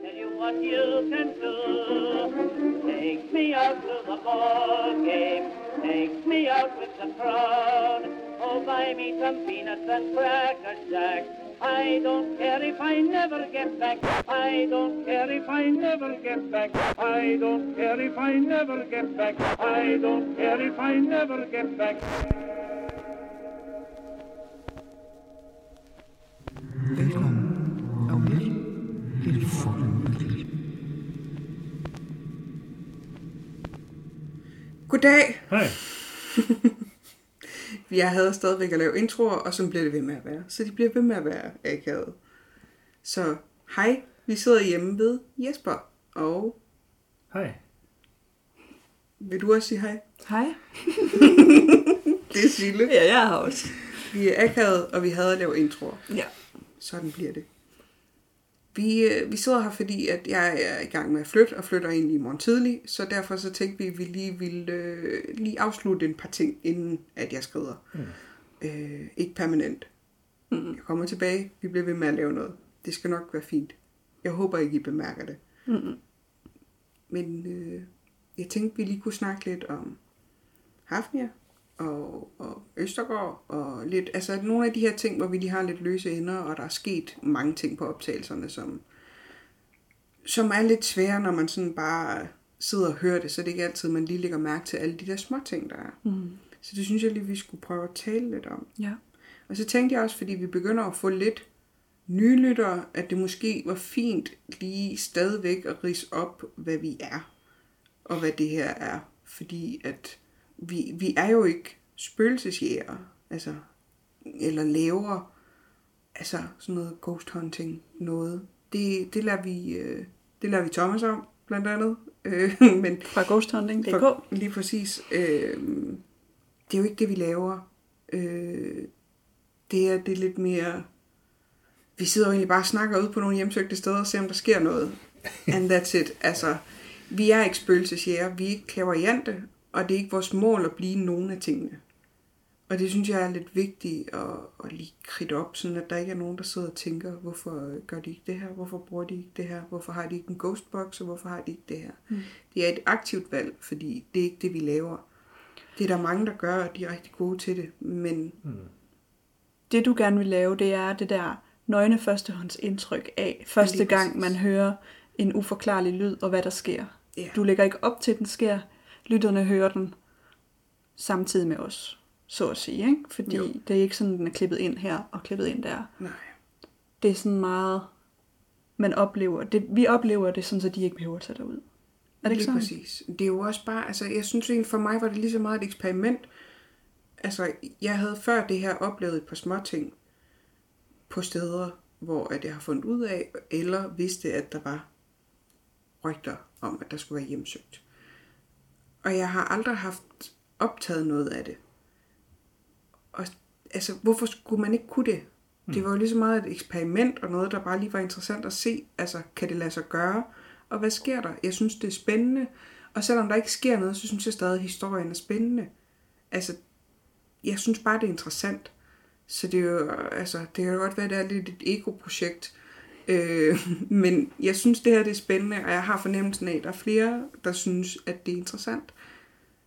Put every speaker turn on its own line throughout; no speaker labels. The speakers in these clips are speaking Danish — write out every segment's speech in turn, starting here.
what you can do. Take me out to the ball game. Take me out with the crowd. Oh, buy me some peanuts and cracker jack. I don't care if I never get back. I don't care if I never get back. I don't care if I never get back. I don't care if I never get back.
Velkommen og vel et formelig.
Goddag!
Hej.
Jeg havde stadigvæk at lave introer, og så bliver det ved med at være. Så de bliver ved med at være akavet. Så hej, vi sidder hjemme ved Jesper. Og
Hej.
vil du også sige hej?
Hej.
Det er Sille.
Ja, jeg er her også.
Vi er akavet, og vi havde at lave introer.
Ja.
Sådan bliver det. Vi, øh, vi sidder her, fordi at jeg er i gang med at flytte, og flytter egentlig i morgen tidlig, så derfor så tænkte vi, at vi lige ville øh, lige afslutte en par ting, inden at jeg skrider. Mm. Øh, ikke permanent. Mm. Jeg kommer tilbage, vi bliver ved med at lave noget. Det skal nok være fint. Jeg håber ikke, I bemærker det. Mm. Men øh, jeg tænkte, vi lige kunne snakke lidt om Hafnia og, og Østergaard og lidt, altså nogle af de her ting, hvor vi lige har lidt løse ender, og der er sket mange ting på optagelserne, som, som er lidt svære, når man sådan bare sidder og hører det, så det er ikke altid, man lige lægger mærke til alle de der små ting, der er. Mm. Så det synes jeg lige, vi skulle prøve at tale lidt om.
Ja.
Og så tænkte jeg også, fordi vi begynder at få lidt nye lyttere, at det måske var fint lige stadigvæk at rise op, hvad vi er, og hvad det her er. Fordi at vi, vi er jo ikke spøgelsesjæger, altså, eller laver altså sådan noget ghost hunting noget. Det, det, lader vi, øh, det lader vi Thomas om, blandt andet. Øh, men
Fra ghosthunting.dk.
for, lige præcis. Øh, det er jo ikke det, vi laver. Øh, det er det er lidt mere... Vi sidder jo egentlig bare og snakker ud på nogle hjemsøgte steder og ser, om der sker noget. And that's it. Altså, vi er ikke spøgelsesjæger, vi er ikke klaverjante, og det er ikke vores mål at blive nogen af tingene. Og det synes jeg er lidt vigtigt at, at lige kridte op, sådan at der ikke er nogen, der sidder og tænker, hvorfor øh, gør de ikke det her, hvorfor bruger de ikke det her, hvorfor har de ikke en ghostbox, og hvorfor har de ikke det her. Mm. Det er et aktivt valg, fordi det er ikke det, vi laver. Det er der mange, der gør, og de er rigtig gode til det, men
Det du gerne vil lave, det er det der nøgne førstehåndsindtryk af første
Lige præcis.
gang, man hører en uforklarlig lyd og hvad der sker.
Ja.
Du lægger ikke op til, at den sker. Lytterne hører den samtidig med os, så at sige. Ikke? Fordi
Jo.
jo. det er ikke sådan, den er klippet ind her og klippet ind der.
nej.
Det er sådan meget, man oplever. Det, vi oplever det sådan, så de ikke behøver at tage derud. Er det ikke
Lige
sådan?
præcis. Det er jo også bare, altså jeg synes egentlig, for mig var det lige så meget et eksperiment. Altså jeg havde før det her oplevet et par små ting på steder, hvor at jeg har fundet ud af, eller vidste, at der var rygter om, at der skulle være hjemsøgt. Og jeg har aldrig haft optaget noget af det. Og altså, hvorfor skulle man ikke kunne det? Det var jo lige så meget et eksperiment, og noget, der bare lige var interessant at se. Altså, kan det lade sig gøre? Og hvad sker der? Jeg synes, det er spændende. Og selvom der ikke sker noget, så synes jeg stadig, at historien er spændende. Altså, jeg synes bare, det er interessant. Så det, er jo, altså, det kan jo godt være, at det er lidt et ego-projekt. Øh, men jeg synes, det her det er spændende, og jeg har fornemmelsen af, at der er flere, der synes, at det er interessant.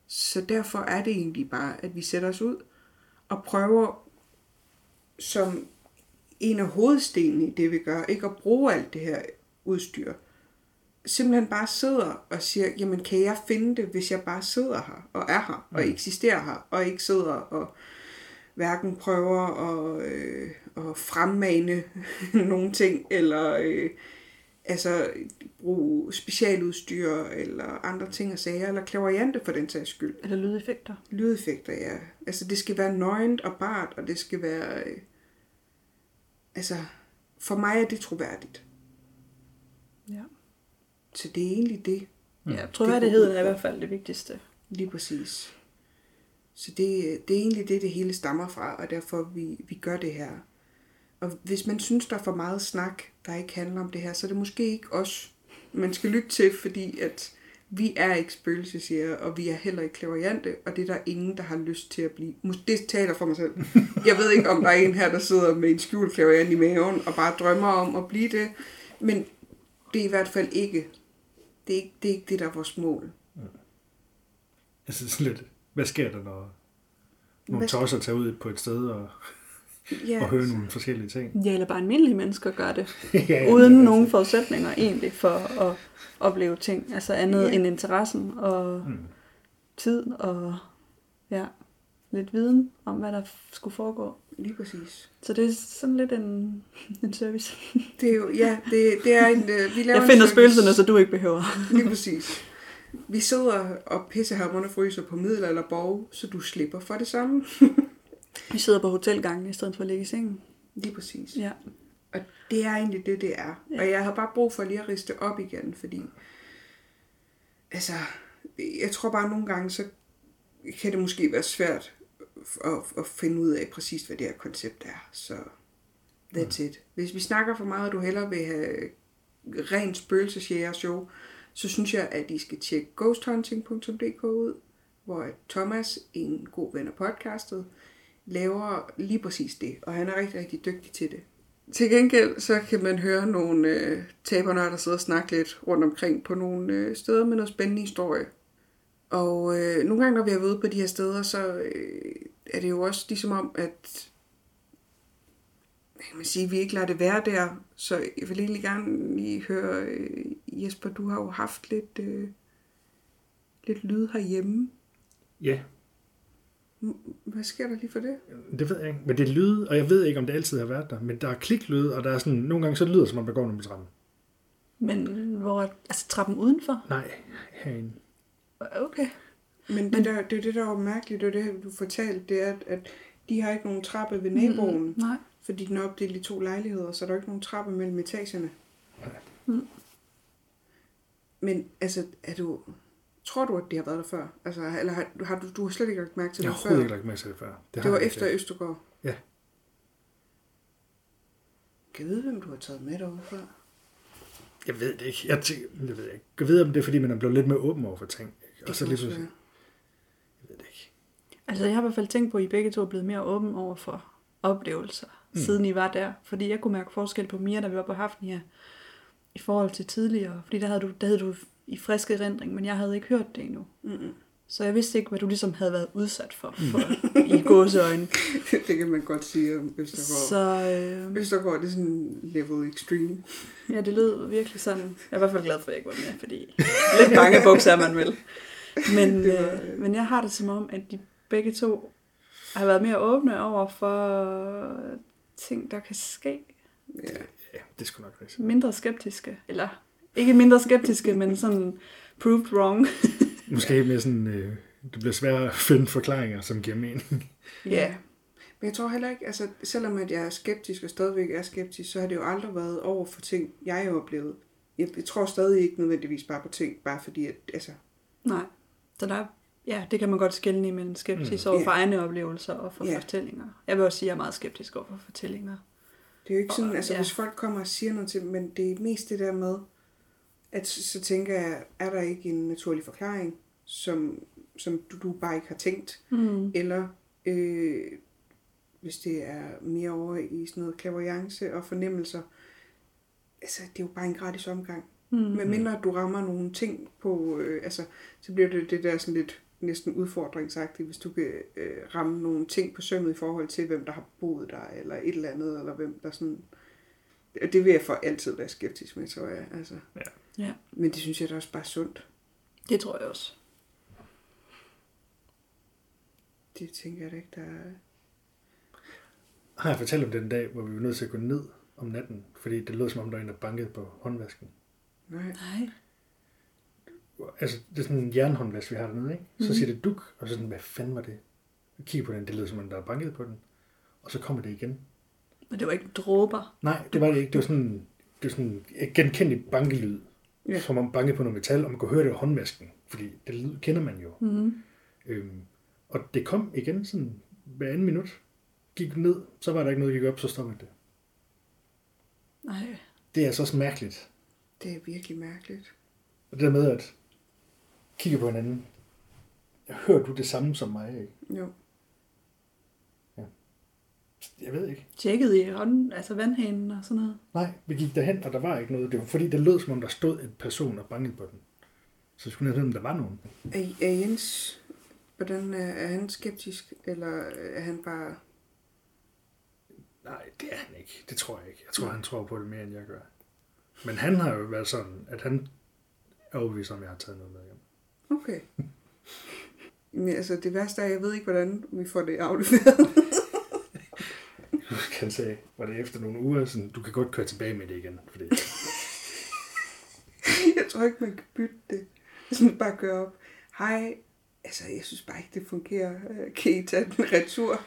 Så derfor er det egentlig bare, at vi sætter os ud og prøver som en af hovedstenene i det, vi gør, ikke at bruge alt det her udstyr. Simpelthen bare sidder og siger, jamen kan jeg finde det, hvis jeg bare sidder her og er her og eksisterer her og ikke sidder og hverken prøver at, øh, at fremmane nogle ting eller øh, altså bruge specialudstyr eller andre ting og sager eller klaverjante for den sags skyld
Eller lydeffekter.
lydeffekter, ja. Altså, det skal være nøgent og bart, og det skal være... Øh, altså, for mig er det troværdigt.
Ja.
Så det er egentlig det,
Ja, troværdigheden er i hvert fald det vigtigste.
lige præcis. Så det, det er egentlig det, det hele stammer fra, og derfor vi, vi gør det her. Og hvis man synes, der er for meget snak, der ikke handler om det her, så er det måske ikke os, man skal lytte til, fordi at vi er ikke spøgelsesjæger, og vi er heller ikke klaverjante, og det er der ingen, der har lyst til at blive. Mås- Det taler for mig selv. Jeg ved ikke, om der er en her, der sidder med en skjult klaverjant i maven og bare drømmer om at blive det, men det er i hvert fald ikke, det er ikke det, er ikke det der er vores mål.
Altså sådan lidt, hvad sker der, når nogle
Hvad sker-
tosser tager ud på et sted og,
Ja,
og hører nogle forskellige ting?
Ja, eller bare almindelige mennesker gør det,
ja,
uden
altså.
nogen forudsætninger egentlig for at opleve ting. Altså andet
Ja.
end interessen og
Mm.
tid og ja, lidt viden om, hvad der f- skulle foregå.
lige præcis.
Så det er sådan lidt en, en service.
Det er jo, ja, det, det er en, øh, vi laver
Jeg
en
finder
service.
spøgelserne, så du ikke behøver.
Lige præcis. Vi sidder og pissehammerne fryser på middelalderborg, så du slipper for det samme.
Vi sidder på hotelgangen i stedet for at ligge i sengen.
Lige præcis.
Ja.
Og det er egentlig det, det er. Og jeg har bare brug for lige at riste det op igen, fordi... Altså, jeg tror bare, at nogle gange, så kan det måske være svært at, at finde ud af præcis, hvad det her koncept er. Så that's it. Hvis vi snakker for meget, og du hellere vil have rent spøgelsesjæger show, så synes jeg, at I skal tjekke ghosthunting.dk ud, hvor Thomas, en god ven af podcastet, laver lige præcis det, og han er rigtig, rigtig dygtig til det. Til gengæld så kan man høre nogle øh, tabernørder, der sidder og snakker lidt rundt omkring på nogle øh, steder med noget spændende historie. Og øh, nogle gange, når vi er ude på de her steder, så øh, er det jo også ligesom om, at hvad kan man sige, vi ikke lader det være der. Så jeg vil egentlig gerne lige høre, øh, Jesper, du har jo haft lidt, øh, lidt lyd herhjemme.
Ja,
Hvad sker der lige for det?
det ved jeg ikke. Men det er lyde, og jeg ved ikke, om det altid har været der. Men der er kliklyde, og der er sådan, nogle gange så lyder det, som om der går nogen på trappen.
Men hvor... Altså trappen udenfor?
Nej, herinde.
Okay.
Men det, der, det, er det der var mærkeligt, og det du fortalte, det er, at, at de har ikke nogen trappe ved naboen, mm.
Nej.
fordi den er opdelt i to lejligheder, så der er ikke nogen trappe mellem etagerne.
Mm.
Men altså, er du, tror du, at det har været der før? Altså, eller har, har du, du har slet ikke lagt mærke til
Jeg
det
har
før?
overhovedet ikke lagt mærke til det før. har
det var
jeg
efter
ikke.
Østergaard.
Ja.
Kan jeg vide, hvem du har taget med derude før?
Jeg ved det ikke. Jeg, tæ- jeg ved ikke. Jeg ved, om det er, fordi man er blevet lidt mere åben over for ting. Ikke? Og så lige pludselig, jeg ved det ikke.
Altså, jeg har i hvert fald tænkt på, at I begge to er blevet mere åben over for oplevelser, mm. siden I var der. Fordi jeg kunne mærke forskel på Mia, da vi var på Hafnia, her, i forhold til tidligere. Fordi der havde du, der havde du i friske erindring, men jeg havde ikke hørt det endnu.
Mm-mm. Mm.
Så jeg vidste ikke, hvad du ligesom havde været udsat for, for i gåseøjne.
det kan man godt sige om Østergaard. Så...
Så øh,
Østergaard det er sådan level extreme.
ja, det lød virkelig sådan. Jeg er i hvert fald glad for, at jeg ikke var med, fordi lidt bange bukser er man vel. Men,
Det var-
øh, men jeg har det som om, at de begge to har været mere åbne over for ting, der kan ske.
Ja.
Ja, det skulle nok rigtigt.
Mindre skeptiske, eller ikke mindre skeptiske, men sådan proved wrong.
Måske mere sådan, øh, det bliver sværere at finde forklaringer, som giver mening.
Ja. Men jeg tror heller ikke, altså selvom at jeg er skeptisk og stadigvæk er skeptisk, så har det jo aldrig været over for ting, jeg har oplevet. Jeg, jeg tror stadig ikke nødvendigvis bare på ting, bare fordi at, altså,
Nej. Så der, ja, det kan man godt skelne imellem skepsis mm. over for egne oplevelser og for
Ja.
yeah. fortællinger. Jeg vil også sige, at jeg er meget skeptisk over for fortællinger.
det er jo ikke sådan,
Og-
altså
ja.
hvis folk kommer og siger noget til dem, men det er mest det der med, at så, så tænker jeg, er der ikke en naturlig forklaring, som, som du, du bare ikke har tænkt?
Mm.
Eller øh, hvis det er mere over i sådan noget klaverjance og fornemmelser, altså det er jo bare en gratis omgang.
Mm.
Men mindre du rammer nogle ting på, øh, altså, så bliver det det der sådan lidt næsten udfordringsagtigt, hvis du kan øh, ramme nogle ting på sømmet i forhold til, hvem der har boet der, eller et eller andet, eller hvem der sådan... Og det vil jeg for altid være skeptisk med, tror jeg. Altså.
Ja.
Ja.
Men det synes jeg da også bare er sundt.
Det tror jeg også.
Det tænker jeg da ikke, der er...
Har jeg fortalt om den dag, hvor vi var nødt til at gå ned om natten, fordi det lød som om, der var en, der bankede på håndvasken.
Nej.
Nej.
Altså, det er sådan en jernhåndvask, vi har dernede, ikke? Så siger det duk, og så sådan, hvad fanden var det? Jeg kigger på den, det lød som om, der er banket på den. Og så kommer det igen.
Men det var ikke dråber.
Nej, det var det ikke. Det var sådan, det var sådan et genkendeligt bankelyd.
Ja.
Ja. Som om banke på noget metal, og man kunne høre det af håndvasken. Fordi det lyd kender man jo.
Mm.
Øhm, og det kom igen sådan hver anden minut. Gik ned, så var der ikke noget, der gik op, så stoppede det.
Nej.
Det er altså også mærkeligt.
Det er virkelig mærkeligt.
Og det der med at kigge på hinanden. Hører du det samme som mig? Ikke?
Jo.
Jeg ved ikke.
Tjekkede I hånden, altså vandhanen og sådan noget?
Nej, vi gik derhen, og der var ikke noget. Det var fordi, det lød som om, der stod en person og bankede på den. Så vi skulle ned og se, om der var nogen.
Er, er Jens, hvordan er, er han skeptisk, eller er han bare...
Nej, det er han ikke. Det tror jeg ikke. Jeg tror, han tror på det mere, end jeg gør. Men han har jo været sådan, at han er overbevist om, at jeg har taget noget med hjem.
Okay. Men altså, det værste er, at jeg ved ikke, hvordan vi får det afleveret.
Han sagde, var det efter nogle uger, sådan, du kan godt køre tilbage med det igen. Fordi...
jeg tror ikke, man kan bytte det. Sådan bare gøre op. Hej, altså, jeg synes bare ikke, det fungerer. Øh, Kan I tage den retur?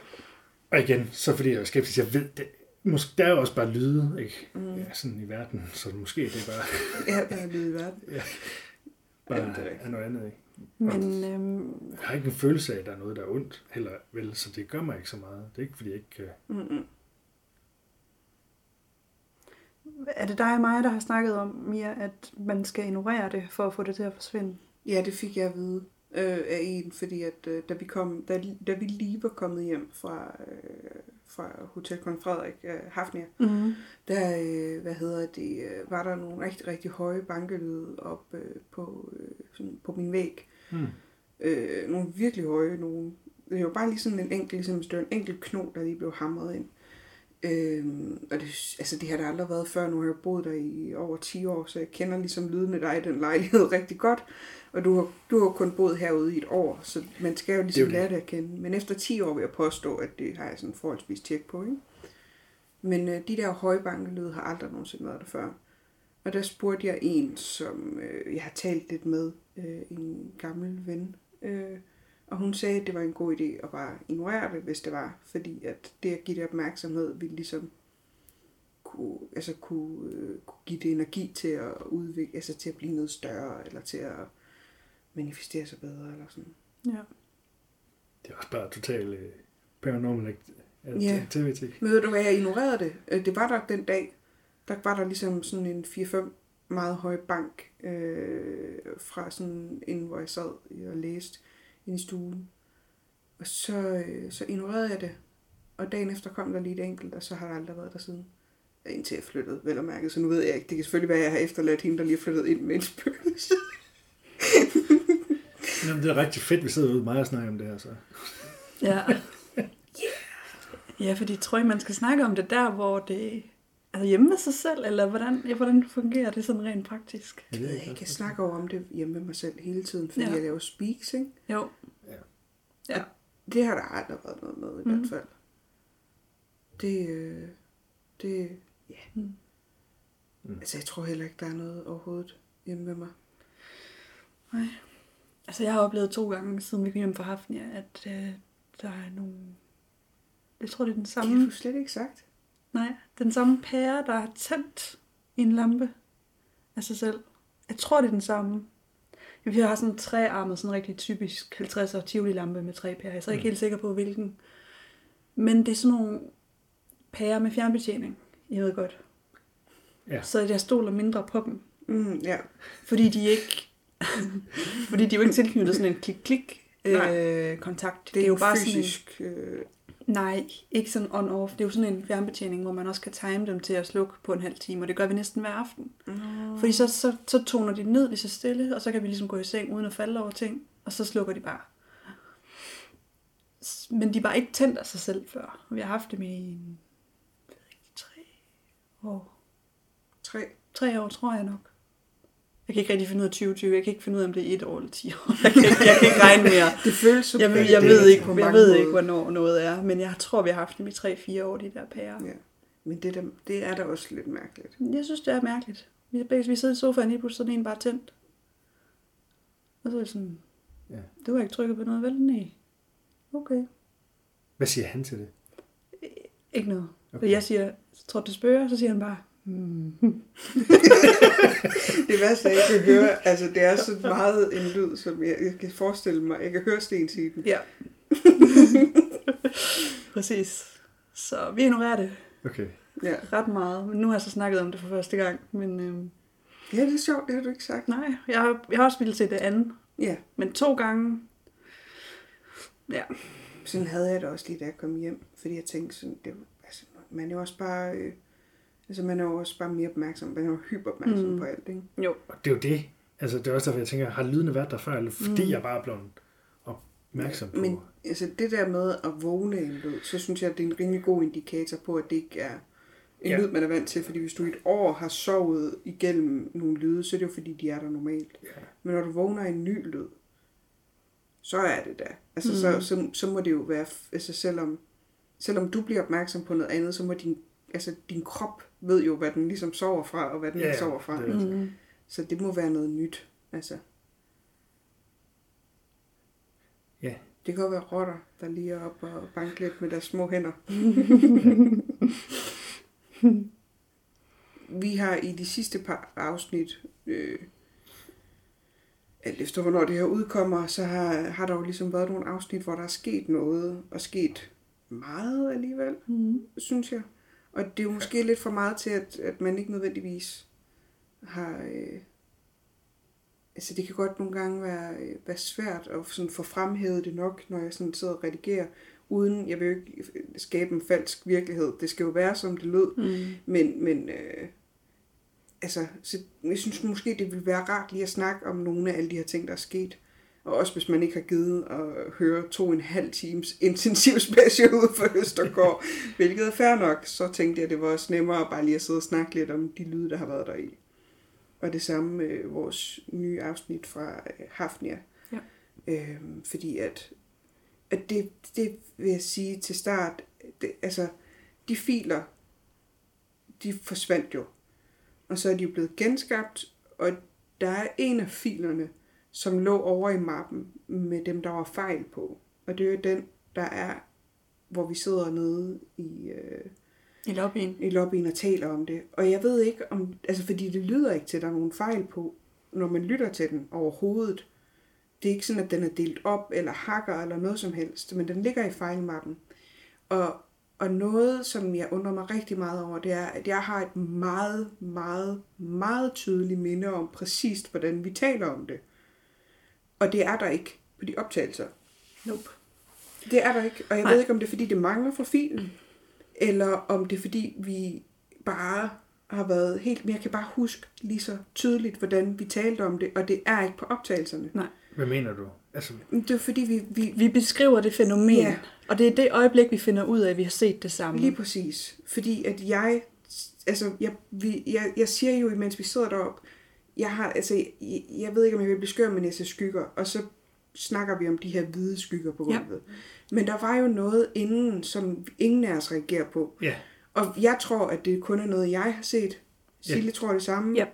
Og igen, så fordi jeg er skeptisk, jeg ved det. Måske, der er jo også bare lyde, ikke? Mm. Ja, sådan i verden, så måske det er bare,
Ja, der er lyd i verden.
bare ja, er, er noget andet, ikke?
Men øhm,
Jeg har ikke en følelse af, at der er noget, der er ondt, heller vel, så det gør mig ikke så meget. Det er ikke, fordi jeg ikke øh, kan...
er det dig og mig, der har snakket om, Mia, at man skal ignorere det, for at få det til at forsvinde?
Ja, det fik jeg at vide øh, af en, fordi at øh, da, vi kom, da, da vi lige var kommet hjem fra, øh, fra Hotel Kong Frederik, øh, Hafnia,
Mm-hmm.
der, øh, hvad hedder det, øh, var der nogle rigtig, rigtig høje bankelyde op øh, på, øh, sådan på min væg.
Hmm.
Øh, nogle virkelig høje, nogle, det var bare lige sådan en enkelt, ligesom, det var en enkelt kno, der lige blev hamret ind. Øhm, og det, altså det har der aldrig været før, nu har jeg boet der i over 10 år, så jeg kender ligesom lyden af dig i den lejlighed rigtig godt. Og du har, du har kun boet herude i et år, så man skal jo ligesom det
det.
lære det at kende. Men efter 10 år vil jeg påstå, at det har jeg sådan forholdsvis tjek på, ikke? Men øh, de der høje bankelyde har aldrig nogensinde været der før. Og der spurgte jeg en, som øh, jeg har talt lidt med, øh, en gammel ven, øh, og hun sagde, at det var en god idé at bare ignorere det, hvis det var, fordi at det at give det opmærksomhed ville ligesom kunne, altså kunne, øh, kunne give det energi til at udvikle, altså til at blive noget større, eller til at manifestere sig bedre, eller sådan.
Ja.
Det er også bare totalt øh, paranormal Altså, act-
Ja.
activity.
Men ved du hvad, jeg ignorerede det. Øh, Det var der den dag. Der var der ligesom sådan en 4-5 meget høj bank øh, fra sådan inden hvor jeg sad og læste inde i stuen. Og så, øh, så ignorerede jeg det. Og dagen efter kom der lige et enkelt, og så har der aldrig været der siden. Ja, Indtil jeg flyttede, vel og mærket, så nu ved jeg ikke. Det kan selvfølgelig være, at jeg har efterladt hende, der lige er flyttet ind med en spøgelse.
Jamen, det er rigtig fedt, vi sidder ude meget og snakker om det her, så.
Ja. ja, fordi tror I, man skal snakke om det der, hvor det er hjemme med sig selv, eller hvordan, ja, hvordan fungerer det sådan rent praktisk?
Jeg
Jeg ved ikke, jeg snakker over om det hjemme med mig selv hele tiden, fordi
Ja.
ja. jeg laver speaks, ikke?
Jo.
Ja.
Ja.
Det har der aldrig været noget med, i mm. hvert fald. Det, øh, det, ja.
Mm.
Mm. Altså, jeg tror heller ikke, der er noget overhovedet hjemme med mig.
Nej. Altså, jeg har oplevet to gange, siden vi kom hjem fra Hafnia, at øh, der er nogle... Jeg tror, det er den
Det har
samme...
du slet ikke sagt.
Nej, den samme pære, der har tændt i en lampe af sig selv. Jeg tror, det er den samme. Vi har sådan en trearmet, sådan en rigtig typisk 50'er tivoli-lampe med tre pærer. Jeg er så ikke helt sikker på, hvilken. Men det er sådan nogle pærer med fjernbetjening. Jeg ved godt.
Ja.
Så jeg stoler mindre på dem.
Mm, ja.
Fordi de ikke... fordi de er jo ikke tilknyttet sådan en klik-klik
Nej.
øh, kontakt. Det,
Det,
er jo bare sådan
fysisk... Øh,
en, Nej, ikke sådan on-off. Det er jo sådan en fjernbetjening, hvor man også kan time dem til at slukke på en halv time, og det gør vi næsten hver aften. Mm. Fordi så, så, så toner de ned lige så stille, og så kan vi ligesom gå i seng uden at falde over ting, og så slukker de bare. S- Men de er bare ikke tændt af sig selv før. Vi har haft dem i en, jeg ved ikke, tre år
tre.
Tre år, tror jeg nok. Jeg kan ikke rigtig finde ud af 2020. Jeg kan ikke finde ud af, om det er et år eller ti år. Jeg kan ikke, jeg kan ikke regne mere.
Det føles som...
Jeg, jeg,
det
jeg,
er
ved,
det
ikke,
på
jeg
mange
ved
måder.
ikke, hvornår noget er, men jeg tror, vi har haft dem i 3-4 år, de der pærer.
Ja. Men det, der, det er da også lidt mærkeligt.
Jeg synes, det er mærkeligt. Vi, vi sidder i sofaen lige pludselig, så er den ene bare tændt. Og så er det sådan,
Ja.
du har ikke trykket på noget, vel? Nej. Okay.
Hvad siger han til det?
Ikke noget. Okay.
Okay.
Jeg siger, tror du, det spørger? Så siger han bare,
Det værste, jeg kan høre, altså det er så meget en lyd, som jeg, jeg kan forestille mig. Jeg kan høre sten sige den.
ja. Præcis. Så vi ignorerer det.
Okay.
Ja.
ret meget. Men nu har jeg så snakket om det for første gang. Men øhm,
ja, det er sjovt, det har du ikke sagt.
nej, jeg har, jeg har også ville se det andet.
Ja,
Men to gange... Ja,
Sådan havde jeg det også lige, da jeg kom hjem. Fordi jeg tænkte sådan, det, var- altså, man er jo også bare... Øh, altså, man er jo også bare mere opmærksom. Man er jo hyperopmærksom mm. på alt, ikke?
Jo,
Og det er jo det. Altså, det er også derfor, jeg tænker, har lydene været der før, eller fordi mm. jeg bare er blevet opmærksom på...
Men altså, det der med at vågne af en lyd, så synes jeg, det er en rimelig god indikator på, at det ikke er en
Ja.
ja. lyd, man er vant til. Fordi hvis du i et år har sovet igennem nogle lyde, så er det jo fordi, de er der normalt.
Ja.
Men når du vågner af en ny lyd, så er det da. Altså, mm. så, så, så må det jo være, f- altså selvom, selvom du bliver opmærksom på noget andet, så må din, altså, din krop ved jo, hvad den ligesom sover fra, og hvad den
Ja,
ikke
ja,
sover fra.
det er rigtigt.
Mm. Så det må være noget nyt. Altså,
Ja,
det kan godt være rotter, der lige er oppe og banker lidt med deres små hænder. Vi har i de sidste par afsnit, øh, alt efter hvornår det her udkommer, så har, har der jo ligesom været nogle afsnit, hvor der er sket noget, og sket meget alligevel, mm. synes jeg. Og det er jo måske lidt for meget til, at, at man ikke nødvendigvis har... Øh, altså det kan godt nogle gange være, øh, være svært at sådan få fremhævet det nok, når jeg sådan sidder og redigerer, uden, jeg vil jo ikke øh, skabe en falsk virkelighed. Det skal jo være, som det lød. Mm. Men, men øh, altså, så jeg synes måske, det ville være rart lige at snakke om nogle af alle de her ting, der er sket. Og også hvis man ikke har givet at høre to og en halv times intensiv special ud for Østergaard, hvilket er fair nok, så tænkte jeg, det var også nemmere bare lige at sidde og snakke lidt om de lyde, der har været der i. Og det samme med vores nye afsnit fra øh, Hafnia.
Ja.
Øhm, fordi at, at det, det vil jeg sige til start, det, altså de filer, de forsvandt jo. Og så er de jo blevet genskabt, og der er en af filerne, som lå over i mappen med dem, der var fejl på. Og det er jo den, der er, hvor vi sidder nede i... Øh,
i lobbyen.
i lobbyen og taler om det. Og jeg ved ikke om, altså fordi det lyder ikke til, at der er nogen fejl på, når man lytter til den overhovedet. Det er ikke sådan, at den er delt op eller hakker eller noget som helst, men den ligger i fejlmappen. Og, og noget, som jeg undrer mig rigtig meget over, det er, at jeg har et meget, meget, meget tydeligt minde om præcist, hvordan vi taler om det. Og det er der ikke på de optagelser.
Nope.
Det er der ikke, og jeg
Nej. Mm.
Nej. ved ikke, om det er, fordi det mangler fra filen, eller om det er, fordi vi bare har været helt... Men jeg kan bare huske lige så tydeligt, hvordan vi talte om det, og det er ikke på optagelserne.
Nej.
hvad mener du? Altså,
Men Det er fordi, vi, vi,
Vi beskriver det fænomen,
Ja.
og det er det øjeblik, vi finder ud af, at vi har set det samme.
Lige præcis. Fordi at jeg, altså, jeg, vi, jeg, jeg siger jo, imens vi sidder deroppe, jeg har, altså, jeg, jeg ved ikke, om jeg vil blive skør, men jeg ser skygger, og så snakker vi om de her hvide skygger på
Ja.
gulvet. Ja. Men der var jo noget inden, som ingen af os reagerer på.
Ja.
Og jeg tror, at det kun er noget, jeg har set. Sille ja. tror det samme.
Ja.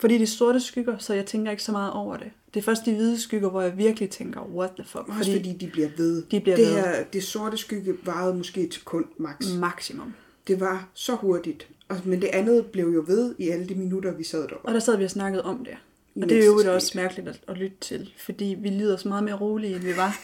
Fordi det er sorte skygger, så jeg tænker ikke så meget over det. Det er først de hvide skygger, hvor jeg virkelig tænker, what the fuck.
Også fordi, fordi de bliver ved.
De bliver
det
ved.
Her, det sorte skygge varede måske et sekund max. Mm.
Maksimum.
Det var så hurtigt. Og, men det andet blev jo ved i alle de minutter, vi sad deroppe.
Og der sad vi og snakkede om det. Og
Imens
det er
det
jo
skete.
også mærkeligt at, at lytte til, fordi vi lyder så meget mere rolige, end vi var.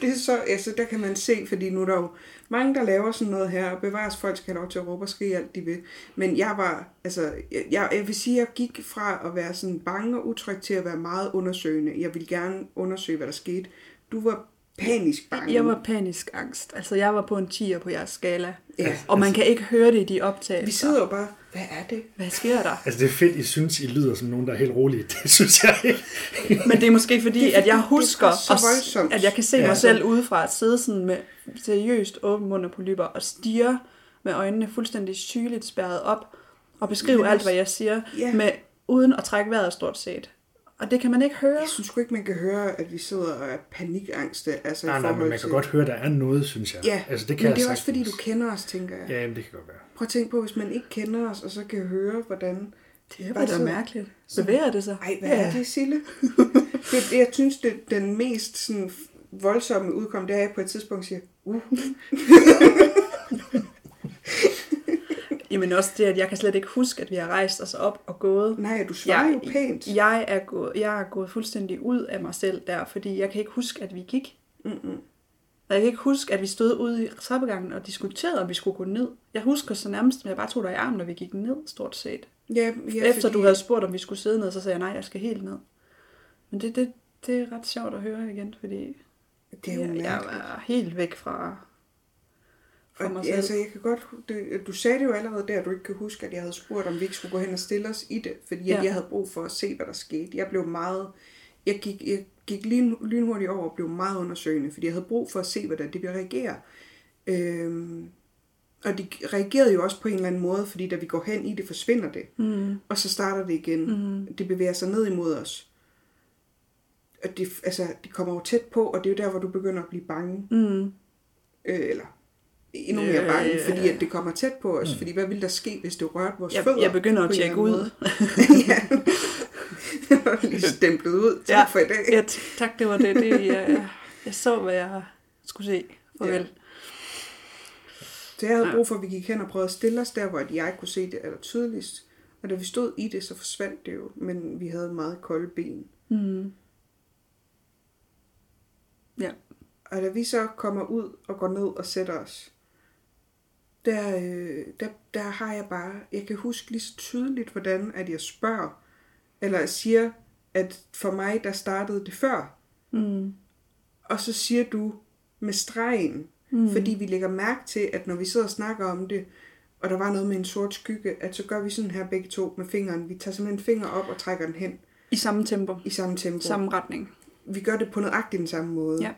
Det er så, altså der kan man se, fordi nu er der jo mange, der laver sådan noget her, og bevares folk skal have lov til at råbe og skrige alt de vil. Men jeg var, altså, jeg, jeg, jeg vil sige, jeg gik fra at være sådan bange og utryg til at være meget undersøgende. Jeg ville gerne undersøge, hvad der skete. Du var panisk bange.
Jeg var panisk angst. Altså, jeg var på en 10'er på jeres skala.
Ja.
Og man kan ikke høre det i de
Vi
optagelser.
sidder jo bare, hvad er det?
Hvad sker der?
altså, det er fedt, I synes, I lyder som nogen, der er helt rolige. Det synes jeg ikke.
Men det er måske fordi,
Det er
at jeg
fordi, det er
husker,
så
at,
voldsomt.
at jeg kan se
Ja.
ja. mig selv udefra at sidde sådan med seriøst åben mund og polypper og stirre med øjnene fuldstændig sygeligt spærret op og beskrive
Men
alt,
også-
hvad jeg siger,
Ja.
med, uden at trække vejret stort set. Og det kan man ikke høre.
Jeg synes sgu ikke, man kan høre, at vi sidder og er panikangste. Altså,
Nej,
i
nej,
forhold
men man kan
til...
godt høre, der er noget, synes jeg.
Ja,
altså, det kan
men
jeg
det er også fordi,
sagtens.
du kender os, tænker jeg.
Ja, jamen, det kan godt være.
Prøv at tænke på, hvis man ikke kender os, og så kan høre, hvordan...
Det er
Bare
da
sidder-
mærkeligt. Bevæger det sig?
Ej, hvad ja. er det, Sille? det, jeg synes, det den mest sådan, voldsomme udkom, det er, at jeg på et tidspunkt siger, uh,
Jamen også det, at jeg kan slet ikke huske, at vi har rejst os op og gået.
nej, du svarer jo pænt.
Jeg er, gået, jeg er gået fuldstændig ud af mig selv der, fordi jeg kan ikke huske, at vi gik. Mm-mm. Og jeg kan ikke huske, at vi stod ude i trappegangen og diskuterede, om vi skulle gå ned. Jeg husker så nærmest, at jeg bare tog dig i armen, når vi gik ned, stort set.
Ja,
Ja, Efter du havde spurgt, om vi skulle sidde ned, så sagde jeg, nej, jeg skal helt ned. Men det, det, det er ret sjovt at høre igen, fordi
Det er jo
jeg, jeg
mærkeligt.
var helt væk fra, fra mig
Og,
selv.
altså, jeg kan godt, hu- det, du sagde det jo allerede der, at du ikke kan huske, at jeg havde spurgt, om vi ikke skulle gå hen og stille os i det, fordi ja.
Ja.
jeg havde brug for at se, hvad der skete. Jeg blev meget, jeg gik, jeg gik lyn, lynhurtigt over og blev meget undersøgende, fordi jeg havde brug for at se, hvordan det ville reagere. Øhm, og de reagerede jo også på en eller anden måde, fordi da vi går hen i det, forsvinder det.
Mm,
Og så starter det igen.
Mhm.
Det bevæger sig ned imod os. Og det, altså, det kommer jo tæt på, og det er jo der, hvor du begynder at blive bange
mm,
øh, eller endnu
Ja,
mere bange,
Øh, ja, ja.
fordi at det kommer tæt på os. Mm. Fordi hvad ville der ske, hvis det rørte vores
jeg,
fødder?
jeg begynder at
på en
tjekke
eller anden
ud.
måde? ja. Det var lige stemplet ud. Tak ja. for i dag.
Ja, t- tak, det var det. det jeg, jeg så, hvad jeg skulle se. Farvel.
Så jeg havde brug for, at vi gik hen og prøvede at stille os der, hvor at jeg kunne se det aller tydeligst. Og da vi stod i det, så forsvandt det jo, men vi havde meget kolde ben.
Ja. Mm. ja.
Og da vi så kommer ud og går ned og sætter os, der, øh, der, der har jeg bare, jeg kan huske lige så tydeligt, hvordan at jeg spørger, eller siger, at for mig, der startede det før.
Mm.
Og så siger du med stregen, mm. fordi vi lægger mærke til, at når vi sidder og snakker om det, og der var noget med en sort skygge, at så gør vi sådan her begge to med fingeren. Vi tager simpelthen en finger op og trækker den hen
I samme tempo.
i samme tempo.
Samme retning.
Vi gør det på nøjagtigt den samme måde.
Ja.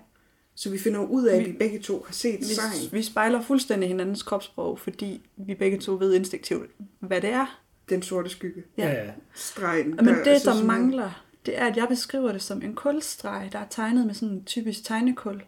Så vi finder ud af, at vi
Vi-
begge to har set
Vi,
stregen.
vi spejler fuldstændig hinandens kropssprog, fordi vi begge to ved instinktivt, hvad det er.
Den sorte skygge.
Ja.
ja.
Stregen.
Men det,
er så
der
sådan en-
mangler, det er, at jeg beskriver det som en kulstreg, der er tegnet med sådan en typisk tegnekul.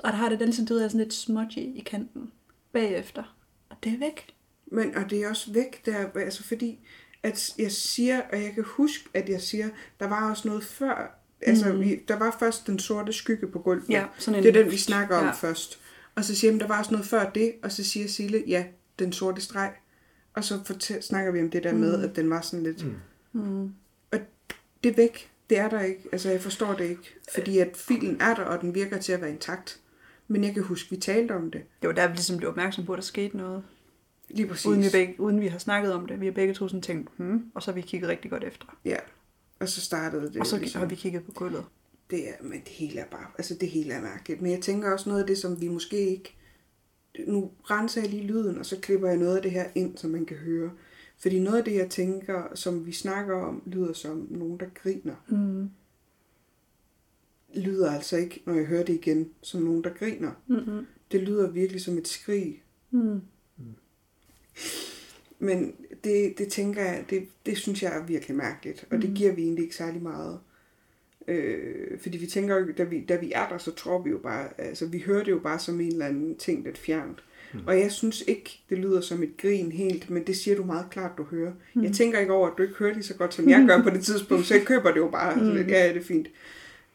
Og der har det den sådan, du ved, er sådan lidt smudgy i kanten bagefter. Og det er væk.
Men, og det er også væk der, altså fordi, at jeg siger, og jeg kan huske, at jeg siger, der var også noget før. Altså, mm. vi, der var først den sorte skygge på gulvet.
Ja, sådan en-
Det er den, vi snakker om
Ja.
ja. først. Og så siger jeg, "Men der var også noget før det, og så siger Sille, ja, den sorte streg. Og så fortæ- snakker vi om det der mm. med, at den var sådan lidt... Mm. Og det er væk. Det er der ikke. Altså, jeg forstår det ikke. Fordi at filen er der, og den virker til at være intakt. Men jeg kan huske, vi talte om det.
Det var der, vi ligesom blev opmærksom på, at der skete noget.
Lige præcis.
Uden vi, begge, uden vi har snakket om det. Vi har begge to sådan tænkt, hmm, og så har vi kigget rigtig godt efter.
Ja, og så startede det. ligesom.
Og så har vi kigget på gulvet.
Det er, men det hele er bare, altså det hele er mærkeligt. Men jeg tænker også noget af det, som vi måske ikke... Nu renser jeg lige lyden, og så klipper jeg noget af det her ind, som man kan høre. Fordi noget af det, jeg tænker, som vi snakker om, lyder som nogen, der griner. Mm. Lyder altså ikke, når jeg hører det igen, som nogen, der griner.
mm,
Mm-hmm. Det lyder virkelig som et skrig. Mm. Men det, det tænker jeg, det, det synes jeg er virkelig mærkeligt. Og det giver vi egentlig ikke særlig meget. Øh, fordi vi tænker jo, da vi, da vi er der, så tror vi jo bare, altså vi hører det jo bare som en eller anden ting lidt fjernt. Mm. Og jeg synes ikke, det lyder som et grin helt, men det siger du meget klart, du hører. Mm. Jeg tænker ikke over, at du ikke hører det så godt, som jeg gør på det tidspunkt, så jeg køber det jo bare. Mm. Lidt, ja, ja, det er fint.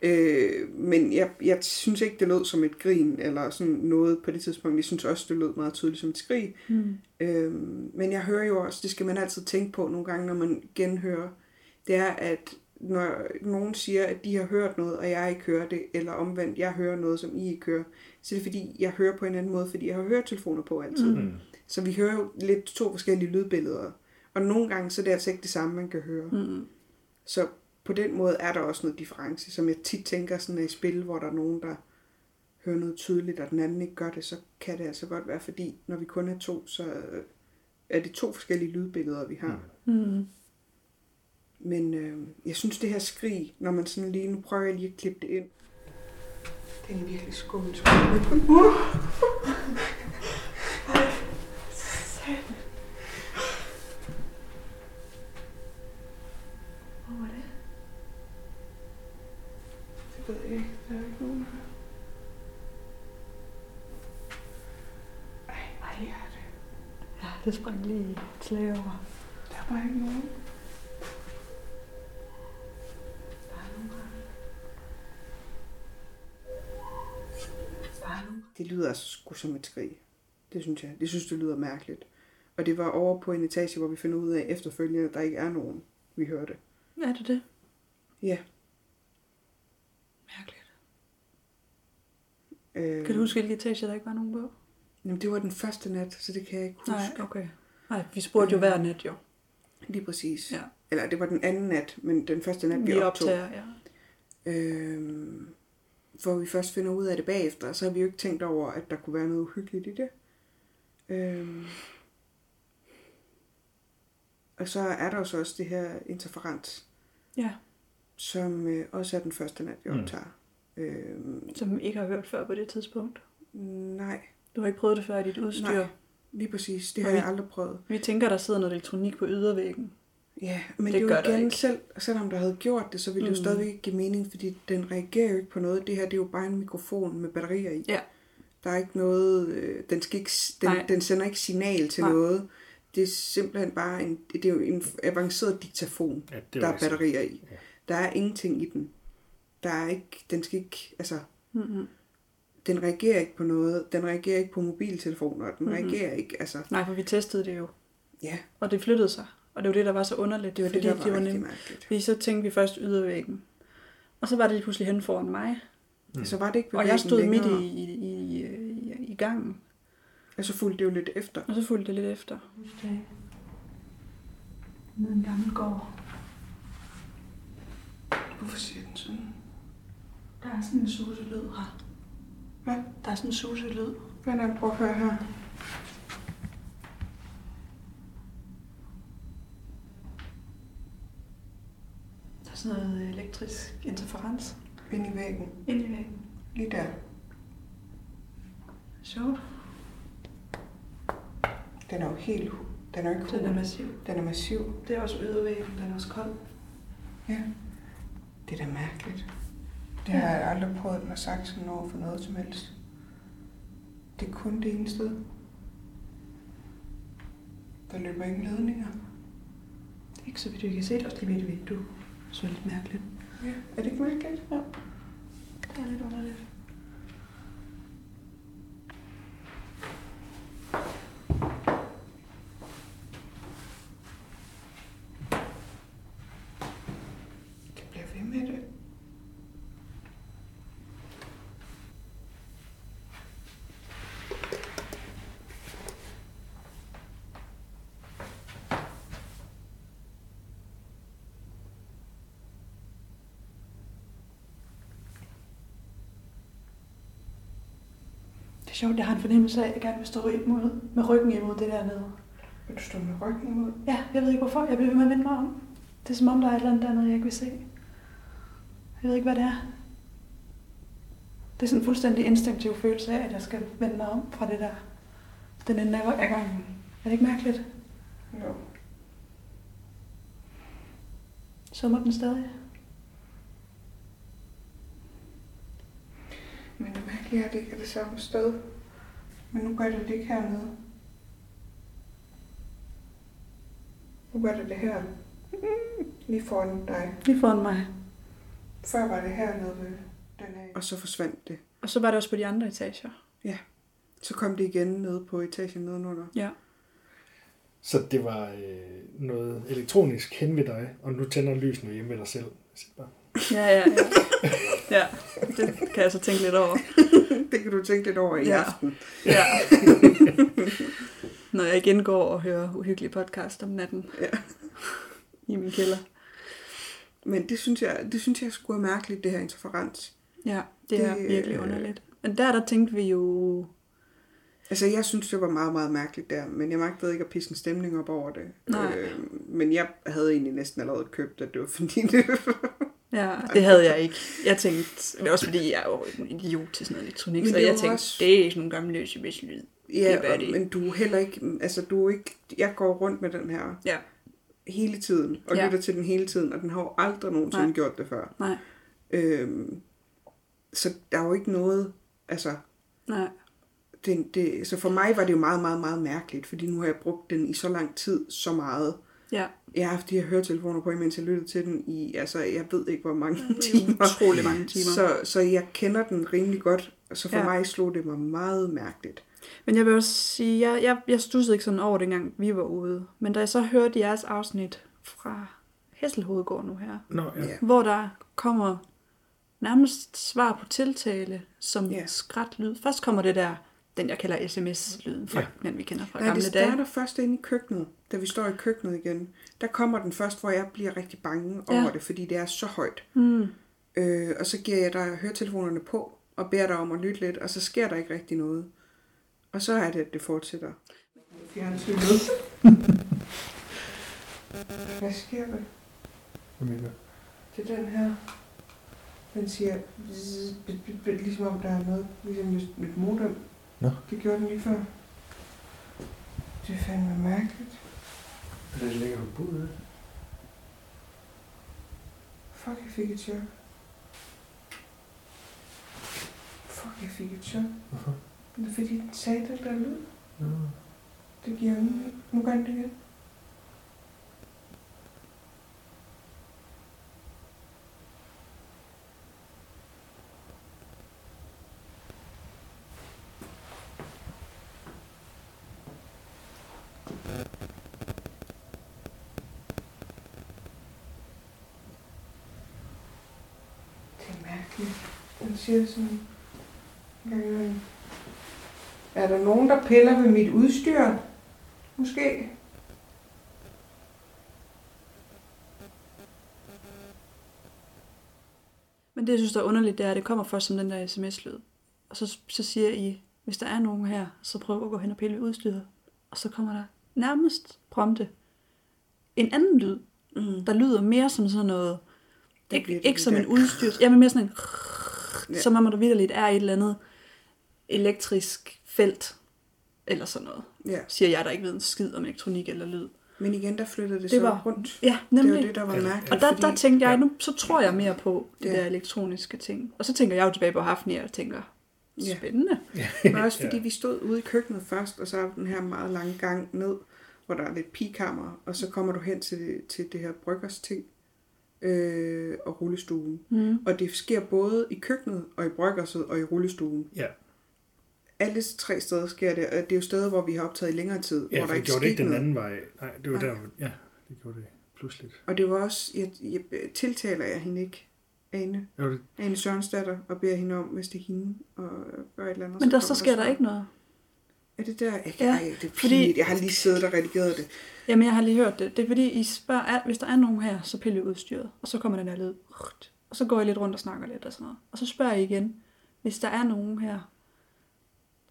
Øh, men jeg, jeg synes ikke, det lød som et grin, eller sådan noget på det tidspunkt. Jeg synes også, det lød meget tydeligt som et skrig. Mm. Øh, men jeg hører jo også, det skal man altid tænke på nogle gange, når man genhører, det er, at når nogen siger, at de har hørt noget, og jeg ikke hører det, eller omvendt, jeg hører noget, som I ikke hører, så er det fordi, jeg hører på en anden måde, fordi jeg har høretelefoner på altid. Mm. Så vi hører jo lidt to forskellige lydbilleder. Og nogle gange, så er det altså ikke det samme, man kan høre. Mm. Så på den måde er der også noget difference, som jeg tit tænker sådan er i spil, hvor der er nogen, der hører noget tydeligt, og den anden ikke gør det, så kan det altså godt være, fordi når vi kun er to, så øh, er det to forskellige lydbilleder, vi har.
Mm.
Men øh, jeg synes, det her skrig, når man sådan lige, nu prøver jeg lige at klippe det ind. Den er virkelig skummel. skummel. Uh!
Hvor var det?
Det ved jeg ikke. Der er ikke nogen her. Ej, hvor er det.
Ja, det sprang lige et slag over.
Der er bare ikke nogen. Det lyder altså sgu som et skrig. Det synes jeg. Det synes, det lyder mærkeligt. Og det var over på en etage, hvor vi finder ud af efterfølgende, at der ikke er nogen, vi hørte.
Er det det?
Ja.
Mærkeligt.
Øh,
Kan du huske, hvilke etager der ikke var nogen på?
Jamen, det var den første nat, så det kan jeg ikke huske.
Nej, okay. Øh, Nej, vi spurgte jo hver nat jo.
Lige præcis.
Ja.
Eller det var den anden nat, men den første nat, vi,
Vi
optog.
optager, ja.
Øhm, hvor vi først finder ud af det bagefter, og så har vi jo ikke tænkt over, at der kunne være noget uhyggeligt i det. Øhm. Og så er der jo så også det her interferens,
Ja,
som øh, også er den første nat, jeg optager. Mm. Øhm,
som ikke har hørt før på det tidspunkt.
nej,
Du har ikke prøvet det før i dit udstyr.
Nej. lige præcis. Det har
Og vi-
jeg aldrig prøvet.
Vi tænker, der sidder noget elektronik på ydervæggen.
Ja, men det,
Det
det
gør
er jo
der
igen
ikke. Mm.
selv, selvom der havde gjort det, så ville det jo stadigvæk ikke give mening, fordi den reagerer jo ikke på noget. Det her, det er jo bare en mikrofon med batterier i.
Ja.
Der er ikke noget, øh, den, skal ikke, s- den,
Nej.
den sender ikke signal til
Nej.
Nej. noget. Det er simpelthen bare en, det er jo en avanceret diktafon,
Ja, det er
der er
rigtigt.
batterier i.
Ja.
Der er ingenting i den. Der er ikke, den skal ikke, altså,
Mm-hmm.
den reagerer ikke på noget. Den reagerer ikke på mobiltelefoner. Den
Mhm.
reagerer ikke, altså,
Nej, for vi testede det jo,
ja,
og det flyttede sig. Og det var det, der var så underligt.
det var
fordi
det, der var
det var
rigtig
nemt.
mærkeligt.
Fordi så tænkte vi først ydervæggen. Og så var det lige pludselig hen foran mig.
Mm.
Så var det ikke på
Og jeg
væggen
stod midt
længere.
i, i, i, i, i gangen,
Og så fulgte det jo lidt efter.
og så fulgte det lidt efter.
dag. Nede i en gammel gård.
Hvorfor siger den sådan?
Der er sådan en suselyd her.
Hvad?
Der er sådan en suselyd.
Hvad er det, prøv at høre her?
Der er sådan noget øh, elektrisk interferens
Ind i væggen.
ind i væggen.
Lige der.
Sjovt.
Den er jo helt... hu- Den er jo ikke
Den er
hul.
massiv.
Den er massiv.
Det er også ydervæggen. Den er også kold.
Ja. Det er da mærkeligt. Det har jeg aldrig prøvet, når sagt sådan over for noget som helst. Det er kun det ene sted. Der løber ingen ledninger.
Det er ikke så vidt, vi kan se det også lige ved et vindue. Så er det lidt mærkeligt.
Ja. Er det ikke mærkeligt? Ja.
Det er lidt underligt.
Det bliver ved med det.
Det er sjovt, jeg har en fornemmelse af, at jeg gerne vil stå imod, med ryggen imod det dernede.
Vil du stå med ryggen imod?
Ja, jeg ved ikke hvorfor. Jeg bliver ved med at vende mig om. Det er som om, der er et eller andet dernede, jeg ikke vil se. Jeg ved ikke, hvad det er. Det er sådan en fuldstændig instinktiv følelse af, at jeg skal vende mig om fra det der. Den ende af af gangen. Er det ikke mærkeligt?
Jo.
Summer den stadig?
Men det mærkelige er, at det ikke er det samme sted. Men nu gør det det ikke hernede. Nu gør det det her. Lige foran dig.
Lige foran mig.
Før var det hernede ved den her. Og så forsvandt det.
Og så var det også på de andre etager.
Så kom det igen nede på etagen nedenunder.
Ja.
Så det var øh, noget elektronisk hen ved dig, og nu tænder lysene hjemme ved dig selv. Så bare,
Ja, ja, ja. Ja, det kan jeg så tænke lidt over.
Det kan du tænke lidt over i
Ja.
ja. aften.
Ja. Når jeg igen går og hører uhyggelige podcast om natten
Ja.
i min kælder.
Men det synes jeg, det synes jeg skulle er mærkeligt, det her interferens.
Ja, det, det er
Det,
virkelig
øh,
underligt. Men der, der tænkte vi jo...
Altså, jeg synes, det var meget, meget mærkeligt der, men jeg magtede ikke at pisse en stemning op over det.
Nej.
Øh, men jeg havde egentlig næsten allerede købt, at det var fordi, det
Ja, det havde jeg ikke. Jeg tænkte... Det er også fordi, jeg er jo en idiot til sådan noget elektronik,
Men
så
det er
jeg
jo
tænkte,
også-
det er ikke nogen gammel løs i lyd.
Ja,
Det var det.
men du er heller ikke, altså du er ikke, jeg går rundt med den her
Ja.
hele tiden, og
Ja.
ja. lytter til den hele tiden, og den har jo aldrig nogensinde
Nej.
Nej. gjort det før.
Nej,
Øhm, så der er jo ikke noget, altså,
nej.
det, det, så for mig var det jo meget, meget, meget mærkeligt, fordi nu har jeg brugt den i så lang tid, så meget.
Ja,
Jeg har haft de her høretelefoner på, imens jeg lyttede til den i, altså jeg ved ikke hvor mange timer.
utrolig mange timer.
Så, så jeg kender den rimelig godt, så for
Ja.
ja. mig slog det mig meget mærkeligt.
Men jeg vil også sige, jeg, jeg, jeg stussede ikke sådan over dengang, vi var ude. Men da jeg så hørte jeres afsnit fra Hesselhovedgård nu her,
Nå, ja.
Ja.
hvor der kommer nærmest svar på tiltale som
Ja.
yeah. skræt lyd. Først kommer det der, den jeg kalder sms-lyden, fra,
Ja.
den vi kender fra
Nej, det
gamle dage.
starter først inde i køkkenet, da vi står i køkkenet igen. Der kommer den først, hvor jeg bliver rigtig bange
Ja.
over det, fordi det er så højt.
Mm.
Øh, og så giver jeg dig høretelefonerne på, og beder dig om at lytte lidt, og så sker der ikke rigtig noget. Og så er det, at det fortsætter. Fjernsynet. Hvad sker der?
Hvad mener du?
Det er den her. Den siger, zzz, bit, bit, bit, ligesom om der er noget, ligesom mit, mit modem.
Nå.
Det gjorde den lige før. Det er fandme mærkeligt.
Er det længere på budet?
Fuck, jeg fik et chok. Fuck, jeg fik et chok.
Hvorfor?
Det er fordi, den sagde den der lyd.
Nå.
Det giver ingen... Nu gør den det igen. Det er mærkeligt. Den siger sådan... en gang imellem. Er der nogen, der piller ved mit udstyr? Måske.
Men det, jeg synes, der er underligt, det er, at det kommer først som den der sms-lyd. Og så, så siger I, hvis der er nogen her, så prøv at gå hen og pille ved udstyret. Og så kommer der nærmest prompte en anden lyd,
Mm.
der lyder mere som sådan noget...
Der
ikke
bliver det
ikke
den
som
der-
en udstyr. Ja, men mere sådan en...
Ja.
Ja. Som om der vidderligt er et eller andet elektrisk felt, eller sådan noget.
Ja,
Siger jeg, der ikke ved en skid om elektronik eller lyd.
men igen, der flyttede det, det
Det
så
var-
rundt.
Ja,
Det
nemlig.
var det, der var mærkeligt.
Og der,
fordi,
der tænkte jeg, nu, så tror jeg mere på de
Ja.
der elektroniske ting. Og så tænker jeg jo tilbage på Hafnia og tænker,
Ja.
spændende.
Men også fordi vi stod ude i køkkenet først, og så er der den her meget lange gang ned, hvor der er lidt pikammer, og så kommer du hen til, til det her bryggers ting øh, og rullestuen.
Mm.
Og det sker både i køkkenet, og i bryggerset, og i rullestuen.
Ja,
Alle tre steder sker det, og det er jo steder, hvor vi har optaget i længere tid,
ja
hvor der
for det
ikke
gjorde det
skete
ikke den
noget.
anden vej. Nej, det var
Nej.
der, hvor- ja, det gjorde det pludseligt.
Og det var også, jeg, jeg tiltaler jeg hende ikke, Ane.
Jo, det,
Ane Sørensdatter og beder hende om, hvis det er hende, og gør et eller andet.
Men der,
kommer
så sker der
svar.
ikke noget.
Er det der? Jeg kan, ja,
Ja,
ej, det er
fordi-
fordi... Jeg har lige siddet og redigeret det.
Jamen, jeg har lige hørt det. Det er fordi, I spørger, at hvis der er nogen her, så piller I udstyret. Og så kommer den der lyd. Og så går jeg lidt rundt og snakker lidt og sådan noget. Og så spørger jeg igen, hvis der er nogen her.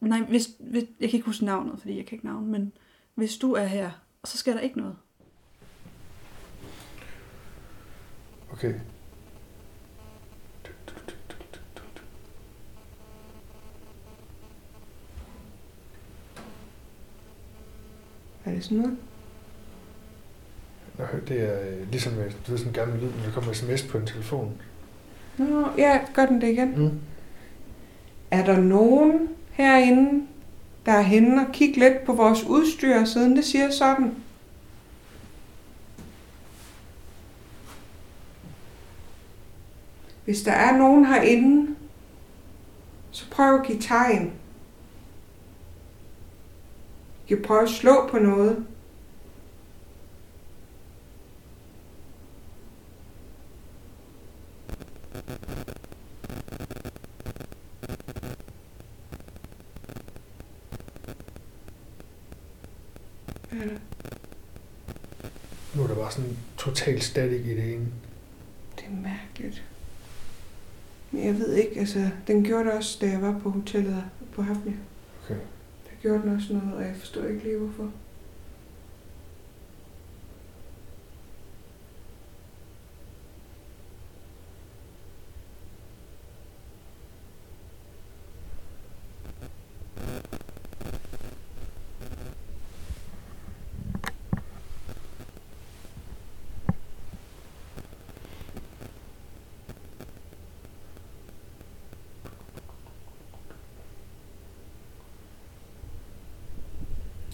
Nej, hvis, hvis, jeg kan ikke huske navnet, fordi jeg kan ikke navnet, men hvis du er her, og så sker der ikke noget.
okay.
Er det sådan noget?
Nå, det er øh, ligesom med, du ved, sådan en gammel lyd, når der kommer sms på en telefon.
Nå, ja, gør den det igen.
Mm.
Er der nogen herinde, der er henne og kigge lidt på vores udstyr, siden det siger sådan? Hvis der er nogen herinde, så prøv at give tegn. I kan prøve at slå på noget.
Nu er der bare sådan total static i det ene.
Det er mærkeligt. Men jeg ved ikke, altså, den gjorde det også, da jeg var på hotellet på Hafnia.
Okay.
Der gjorde den også noget, og jeg forstår ikke lige, hvorfor.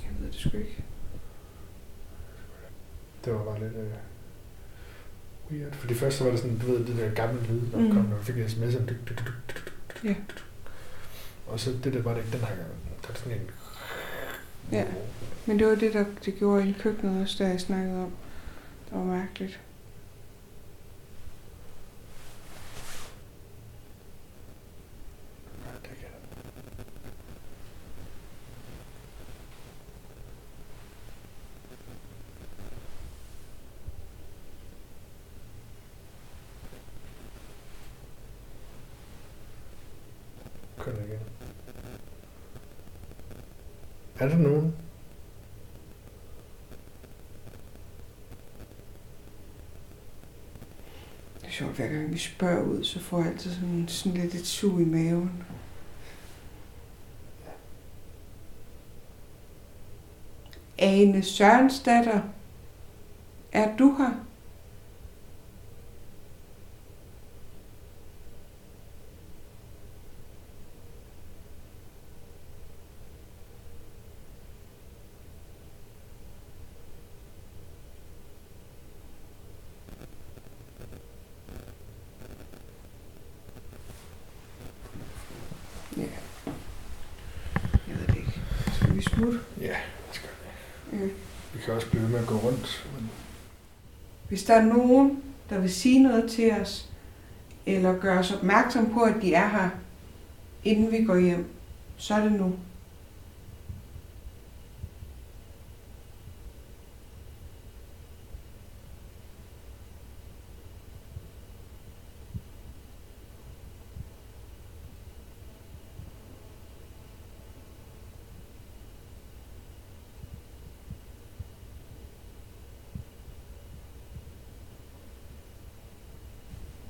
Jeg ved det sgu ikke.
Det var bare lidt øh, weird. For det første var det sådan, du ved, det der gamle lyd, der
Mm.
mm. kom, når du fik en sms, og dyk, dyk, dyk, dyk, dyk, dyk,
Ja.
dyk. Og så det der var det ikke den her gang. Der er sådan en...
Ja. Men det var det, der det gjorde i køkkenet også, da jeg snakkede om. Det var mærkeligt.
Ja, det kan jeg. opkørende igen. Er der nogen?
Det er sjovt, hver gang vi spørger ud, så får jeg altid sådan, sådan lidt et sug i maven. Ane Sørensdatter, er du her? Ja. Jeg ved det ikke. Skal vi smutte?
Ja, det skal vi.
Mm.
Vi kan også blive ved med at gå rundt. Men
Hvis der er nogen, der vil sige noget til os, eller gøre os opmærksom på, at de er her, inden vi går hjem, så er det nu.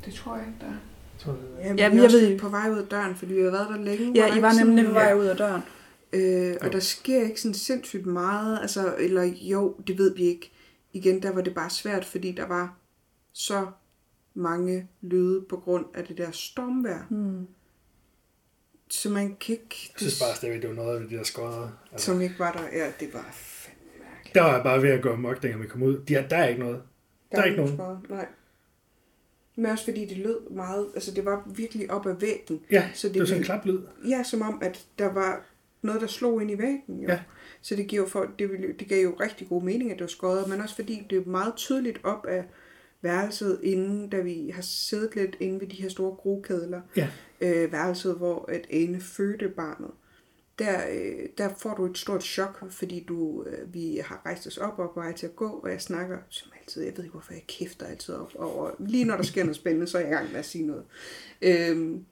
Det tror jeg ikke, der er.
så er det,
Jamen,
Ja,
vi
men
er
jeg
også
ved-
lidt på vej ud af døren, fordi vi har været der længe.
Ja,
Hvor lang
I var
tid
nemlig
nu?
på vej ud af døren.
Øh, og
Jo.
der sker ikke sådan sindssygt meget, altså, eller jo, det ved vi ikke. Igen, der var det bare svært, fordi der var så mange lyde på grund af det der stormvejr.
Hmm.
Så man kan ikke...
jeg synes bare stadigvæk, det var noget af de der skodder. Altså,
Som ikke var der. Ja, det var fandme mærkeligt.
der var jeg bare ved at gå amok, dengang vi kom ud. De er, der er ikke noget. Der er ikke nogen.
Sparet. Nej. Men også fordi det lød meget... Altså, det var virkelig op ad væggen.
Ja,
Så
så
det
det, det var sådan
vil-
en klaplyd.
Ja, som om, at der var noget, der slog ind i væggen. Jo.
Ja.
Så det, giver jo for, det, ville, det gav jo rigtig god mening, at det var skåret, men også fordi det er meget tydeligt op af værelset, inden da vi har siddet lidt inde ved de her store grokedler,
Ja.
øh, værelset, hvor at Ane fødte barnet. Der, øh, der får du et stort chok, fordi du, øh, vi har rejst os op og er på vej til at gå, og jeg snakker som altid, jeg ved ikke hvorfor jeg kæfter altid op over, lige når der sker noget spændende, så er jeg i gang med at sige noget. Øhm,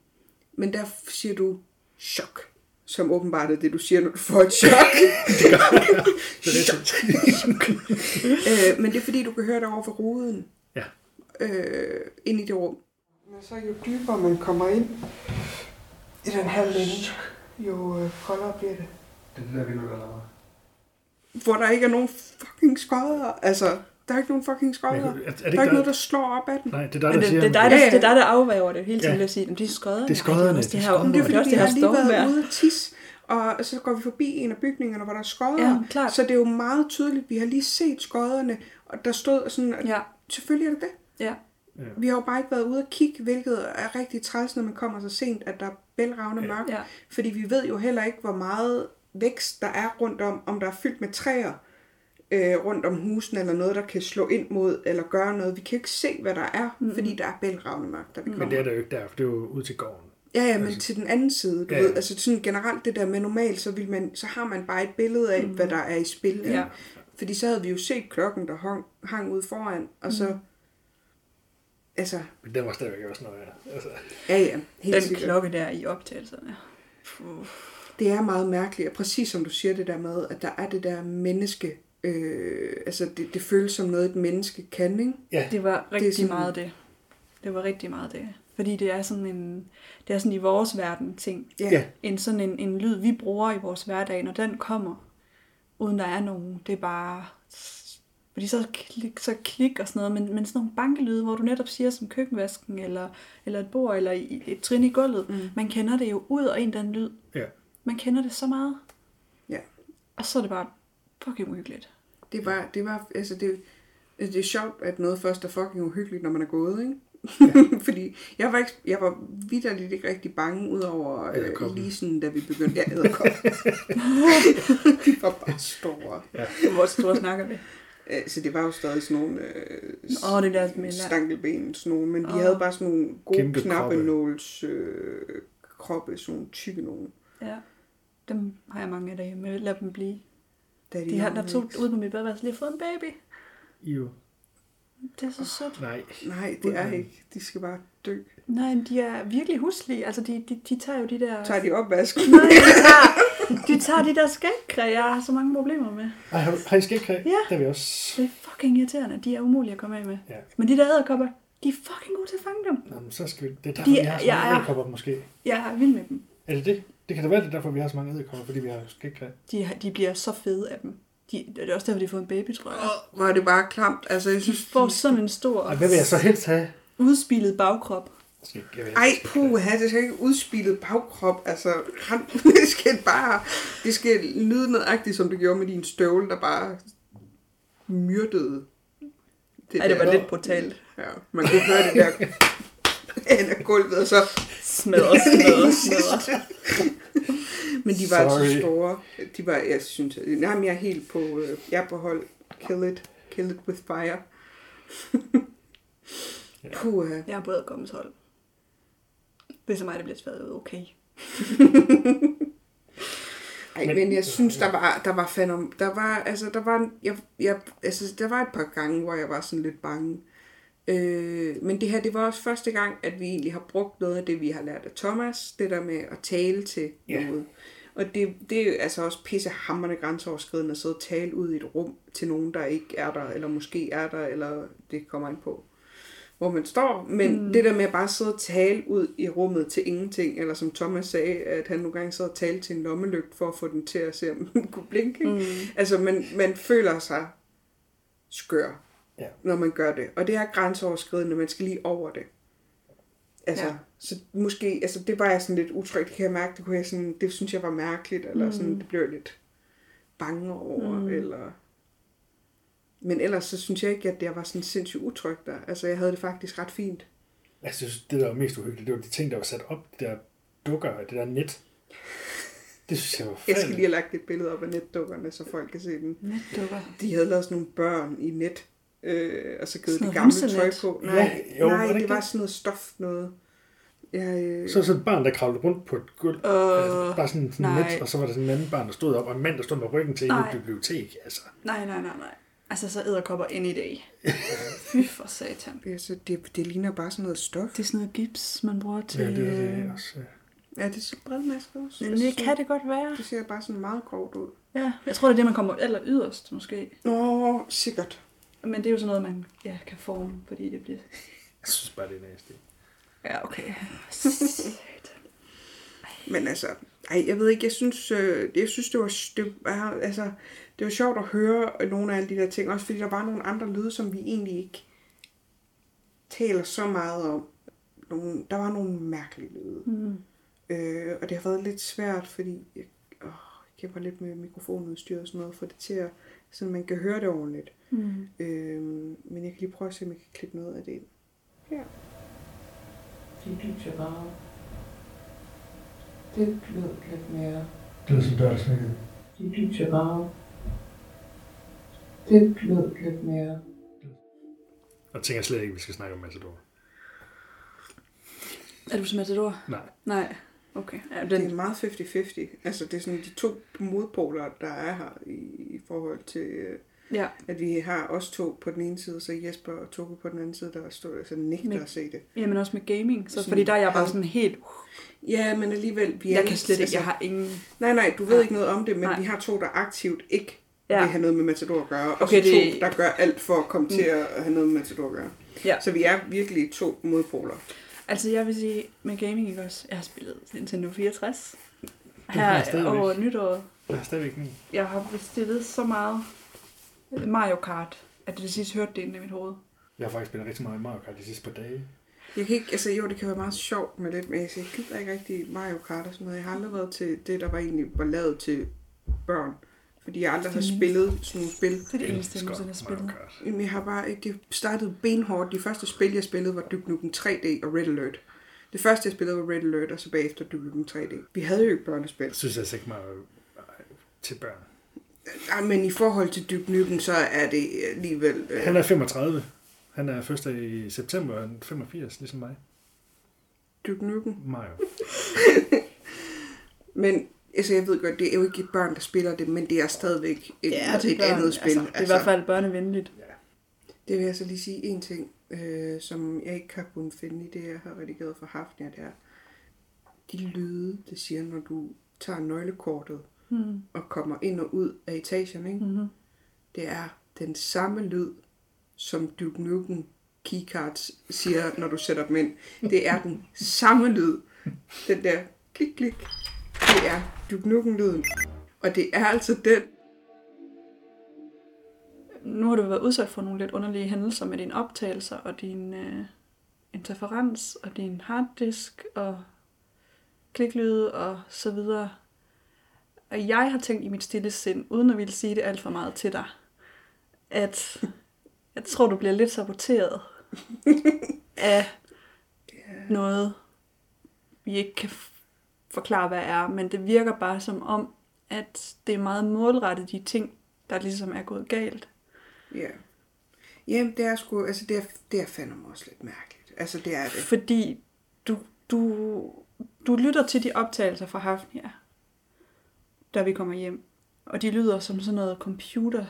men der siger du chok, som åbenbart er det, du siger, når du får et chok.
Så det er sådan,
øh, men det er fordi, du kan høre det over for ruden.
Ja.
Øh, ind i det rum. Men så jo dybere man kommer ind i den her længe, jo øh, koldere bliver det.
det er det der vindue, der laver.
Hvor der ikke er nogen fucking skodder. Altså, der er ikke nogen fucking skodder.
Men
Der
er- er det
er
ikke
ikke
der-
noget, der slår op ad den.
Nej, det er dig,
Men
der
det,
siger,
det, er dig,
men-
der,
Ja, ja.
det er dig, der afvæver det hele tiden,
Ja.
vil jeg sige. "Jamen, Det er skodderne.
Det er skodderne,
Ej, Det er også det
det er
her
skodderne."
område.
Men det er
Det er
fordi,
også det
vi
her
har lige været
stormvejr.
ude at tisse, og så går vi forbi en af bygningerne, hvor der er skodder.
Ja, klart.
Så det er jo meget tydeligt, vi har lige set skodderne, og der stod sådan, at
Ja,
selvfølgelig er det det.
ja.
Vi har jo bare ikke været ude at kigge, hvilket er rigtig træls, når man kommer så sent, at der er bælragende
Ja.
mørkt.
Ja.
Fordi vi ved jo heller ikke, hvor meget vækst der er rundt om, om der er fyldt med træer øh, rundt om husene, eller noget, der kan slå ind mod, eller gøre noget. Vi kan jo ikke se, hvad der er, mm. fordi der er bælragende mørkt, da
Mm.
vi kommer.
Men det er der jo ikke der, for det er jo ud til gården.
Ja, ja, men
Altså-
til den anden side, du ja.
Ja.
ved, altså sådan generelt det der med normalt, så, vil man, så har man bare et billede af, mm. hvad der er i spil. ikke?
Ja.
Fordi så havde vi jo set klokken, der hang, hang ude foran, og så, mm. altså,
Men den var stadigvæk også noget af. Altså,
ja, ja, helt
Den
sikkert.
klokke der i optagelserne. Puh.
Det er meget mærkeligt, og præcis som du siger det der med, at der er det der menneske, øh, altså det, det føles som noget, et menneske kan, ikke?
Det var rigtig det
sådan-
meget det. Det var rigtig meget det. Fordi det er sådan en, det er sådan i vores verden ting.
Ja.
En sådan en, en lyd, vi bruger i vores hverdag, når den kommer, uden der er nogen. Det er bare, fordi så klik, så klik og sådan noget, men, men sådan nogle bankelyde, hvor du netop siger som køkkenvasken, eller, eller et bord, eller i- et trin i gulvet. Mm. Man kender det jo ud og ind den lyd.
ja.
Man kender det så meget.
Ja.
Og så er det bare fucking uhyggeligt.
Det var, det var, altså det, det er sjovt, at noget først er fucking uhyggeligt, når man er gået, ikke? Fordi jeg var, ikke, jeg var vidderligt ikke rigtig bange, udover øh,
Edderkoppen.
lige sådan, da vi begyndte. Ja, æderkoppen. de var bare store.
Hvor store snakker vi?
Øh, Så det var jo stadig sådan nogle øh,
Åh, det der med la-
stankelben, sådan nogle, men de
Åh.
havde bare sådan nogle gode
Kæmpe kroppe.
knappenåls øh, kroppe, sådan nogle tykke nogle.
Ja, dem har jeg mange af derhjemme. Jeg lader dem blive.
Da
De har, der
var
er to
væk.
ude på mit badeværelse lige har fået en baby.
I jo.
Det er så sødt.
Nej.
Nej, det er ikke. De skal bare dø.
Nej, men de er virkelig huslige. Altså, de, de, de tager jo de der...
Tager de opvasken?
Nej, de tager, de tager de der skægkræ, jeg har så mange problemer med.
Ej, har, har I skægkræ?
Ja.
Det er vi også.
Det er fucking irriterende. De er umulige at komme af med.
Ja.
Men de der æderkopper, de er fucking gode til at fange dem.
Nå, men så skal vi... Det er derfor,
De-
de, vi har så
ja,
mange
ja.
æderkopper, måske.
Jeg er vild med dem.
Er det det? Det kan da være, det er derfor, vi har så mange æderkopper, fordi vi har skægkræ.
De, har- de bliver så fede af dem. De, det er også derfor, de har fået en baby, tror jeg.
Åh, Hvor er det bare klamt. Altså, jeg synes...
Får sådan en stor,
Ej, hvad vil jeg så helst have?
udspilet bagkrop.
Skæg, jeg vil
Ej,
have skægkræ.
puha, det skal ikke udspillet bagkrop. Altså, rand, det skal bare... Det skal lyde nøjagtigt, som det gjorde med din støvle, der bare myrdede. Det,
Ej, det var
der.
lidt brutalt.
Ja, man kunne høre det der hen ad gulvet, og så...
Smadret, smadret, smadret.
Men de var Sorry. altså
Sorry.
store. De var, jeg synes... Jamen, jeg er helt på... øh, Jeg er på hold. Kill it. Kill it with fire. Puha.
Jeg har både kommet hold. Det er så meget, det bliver svært okay.
Ej, men,
Men-
men jeg synes, der var, der var fandme, der var, altså, der var, jeg, jeg, altså, der var et par gange, hvor jeg var sådan lidt bange. Øh, men det her, det var også første gang, at vi egentlig har brugt noget af det, vi har lært af Thomas, det der med at tale til
Ja.
noget. Og det, det er jo altså også pissehammerende grænseoverskridende at sidde og tale ud i et rum til nogen, der ikke er der, eller måske er der, eller det kommer ind på, hvor man står. Men mm. det der med at bare sidde og tale ud i rummet til ingenting, eller som Thomas sagde, at han nogle gange sad og talte til en lommelygt for at få den til at se, om den kunne blinke. Mm. Altså, man, man føler sig skør,
Ja.
når man gør det. Og det er grænseoverskridende, man skal lige over det. Altså,
Ja.
ja. så måske, altså det var jeg sådan lidt utryg, det kan jeg mærke, det, kunne jeg sådan, det synes jeg var mærkeligt, eller mm. sådan, det blev jeg lidt bange over, mm. eller... Men ellers så synes jeg ikke, at jeg var sådan sindssygt utryg der. Altså, jeg havde det faktisk ret fint.
Jeg synes, det der var mest uhyggeligt, det var de ting, der var sat op. De der dukker og det der net. Det synes jeg var
Jeg skal lige
færdigt.
have lagt et billede op af netdukkerne, så folk kan se dem.
Netdukker.
De havde lavet sådan nogle børn i net, øh, og så givet
Sådan noget
det gamle tøj
hønsenet.
på.
Ja,
Nej,
jo, var
nej
det
det,
ikke
var
det?
sådan noget stof noget. Jeg, øh,
Så var sådan et barn, der kravlede rundt på et gulv. Altså,
Øh,
bare sådan
nej.
en net, og så var der sådan en anden barn, der stod op, og en mand, der stod med ryggen til i
Nej.
et bibliotek. Altså.
Nej, nej, nej, nej. Altså, så æderkopper any day. Fy for satan.
altså, det, det ligner bare sådan noget stof.
Det er sådan noget gips, man bruger til...
Ja, det, det,
øh,
det, er også, øh,
Ja, det er så bredmaske også.
Men det kan det godt være.
Det ser bare sådan meget grovt ud.
Ja, jeg tror, det er det, man kommer aller yderst, måske.
Nå, sikkert.
Men det er jo sådan noget, man ja, kan forme, fordi det bliver...
jeg synes bare, det er næste.
Ja, okay.
Men altså, ej, jeg ved ikke, jeg synes, øh, jeg synes det, var, det, var, altså, det var sjovt at høre nogle af alle de der ting, også fordi der var nogle andre lyde, som vi egentlig ikke taler så meget om. Nogle, der var nogle mærkelige lyde.
Mm.
Øh, og det har været lidt svært, fordi jeg, åh, jeg kæmper lidt med mikrofonudstyr og sådan noget, for det til at, sådan man kan høre det ordentligt.
Mm.
Øh, men jeg kan lige prøve at se, om jeg kan klippe noget af det ind.
De lyser bare. Det lyder lidt mere.
Det lyder som dør, der
De lyser bare. Det lyder lidt mere.
Og tænker slet ikke, at vi skal snakke om Matador.
Er du som matador?
Nej.
Nej. Okay. Ja,
Det er
den...
meget 50-50. Altså, det er sådan de to modpoler, der er her i, i forhold til, øh,
ja.
at vi har os to på den ene side, så Jesper og Togo på den anden side, der står så nægter
Men-
at se det.
ja, men også med gaming. Så,
Sådan-
fordi der er jeg bare sådan helt...
Ja, men alligevel... Vi er
Jeg
lidt-
kan slet ikke,
altså-
jeg har ingen...
Nej, nej, du ved ikke noget om det, men
Nej.
nej. vi har to, der aktivt ikke
Ja.
ja. vil have noget med Matador at gøre, og
Okay,
okay, så to,
det-
det... der gør alt for at komme mm. til at have noget med Matador at gøre.
Ja.
Så vi er virkelig to modpoler.
Altså, jeg vil sige, med gaming, ikke også? Jeg har spillet Nintendo 64.
har jeg
Her
stadigvæk.
over nytåret.
Jeg har stadigvæk min.
Jeg har bestillet så meget Mario Kart, at det sidst hørte det ind i mit hoved.
Jeg har faktisk spillet rigtig meget Mario Kart de sidste par dage.
Jeg kan ikke, altså jo, det kan være meget sjovt med det, men altså, jeg gider ikke rigtig Mario Kart og sådan noget. Jeg har aldrig været til det, der var egentlig var lavet til børn, fordi jeg aldrig har spillet sådan nogle spil.
Det er det eneste, jeg
elsker
nogensinde har spillet.
Mario Kart.
Jamen, jeg har bare ikke, det startede benhårdt. De første spil, jeg spillede, var Duke Nukem 3D og Red Alert. Det første, jeg spillede, var Red Alert, og så bagefter Duke Nukem 3D. Vi havde jo ikke børnespil.
Jeg synes altså ikke meget til børn.
Ja, men i forhold til Dyb Nyben, så er det alligevel... Øh,
Han er 35. Han er først i september, han er 85, ligesom mig.
Dyb Nyben.
Mario.
Men altså, jeg ved godt, det er jo ikke børn, der spiller det, men det er stadigvæk et, ja, et andet spil. altså.
Altså, det er i hvert fald børnevenligt.
Det vil jeg så lige sige en ting, øh, som jeg ikke har kunnet finde i det, jeg har redigeret for Hafnia, det er de lyde, det siger, når du tager nøglekortet
Mm.
og kommer ind og ud af etagen, ikke?
Mm-hmm.
det er den samme lyd, som Duke Nukem keycards siger, når du sætter dem ind. Det er den samme lyd. Den der klik-klik, det er Duke Nukem-lyden. Og det er altså den,
Nu har du været udsat for nogle lidt underlige hændelser med dine optagelser og din øh, interferens og din harddisk og kliklyde og så videre. Og jeg har tænkt i mit stille sind, uden at ville sige det alt for meget til dig, at jeg tror, du bliver lidt saboteret af noget, vi ikke kan f- forklare, hvad er, men det virker bare som om, at det er meget målrettet de ting, der ligesom er gået galt.
Ja. Jamen, det er sgu, altså det er, det er fandme også lidt mærkeligt. Altså det er det.
Fordi du, du, du lytter til de optagelser fra Hafnia, da vi kommer hjem. Og de lyder som sådan noget computer.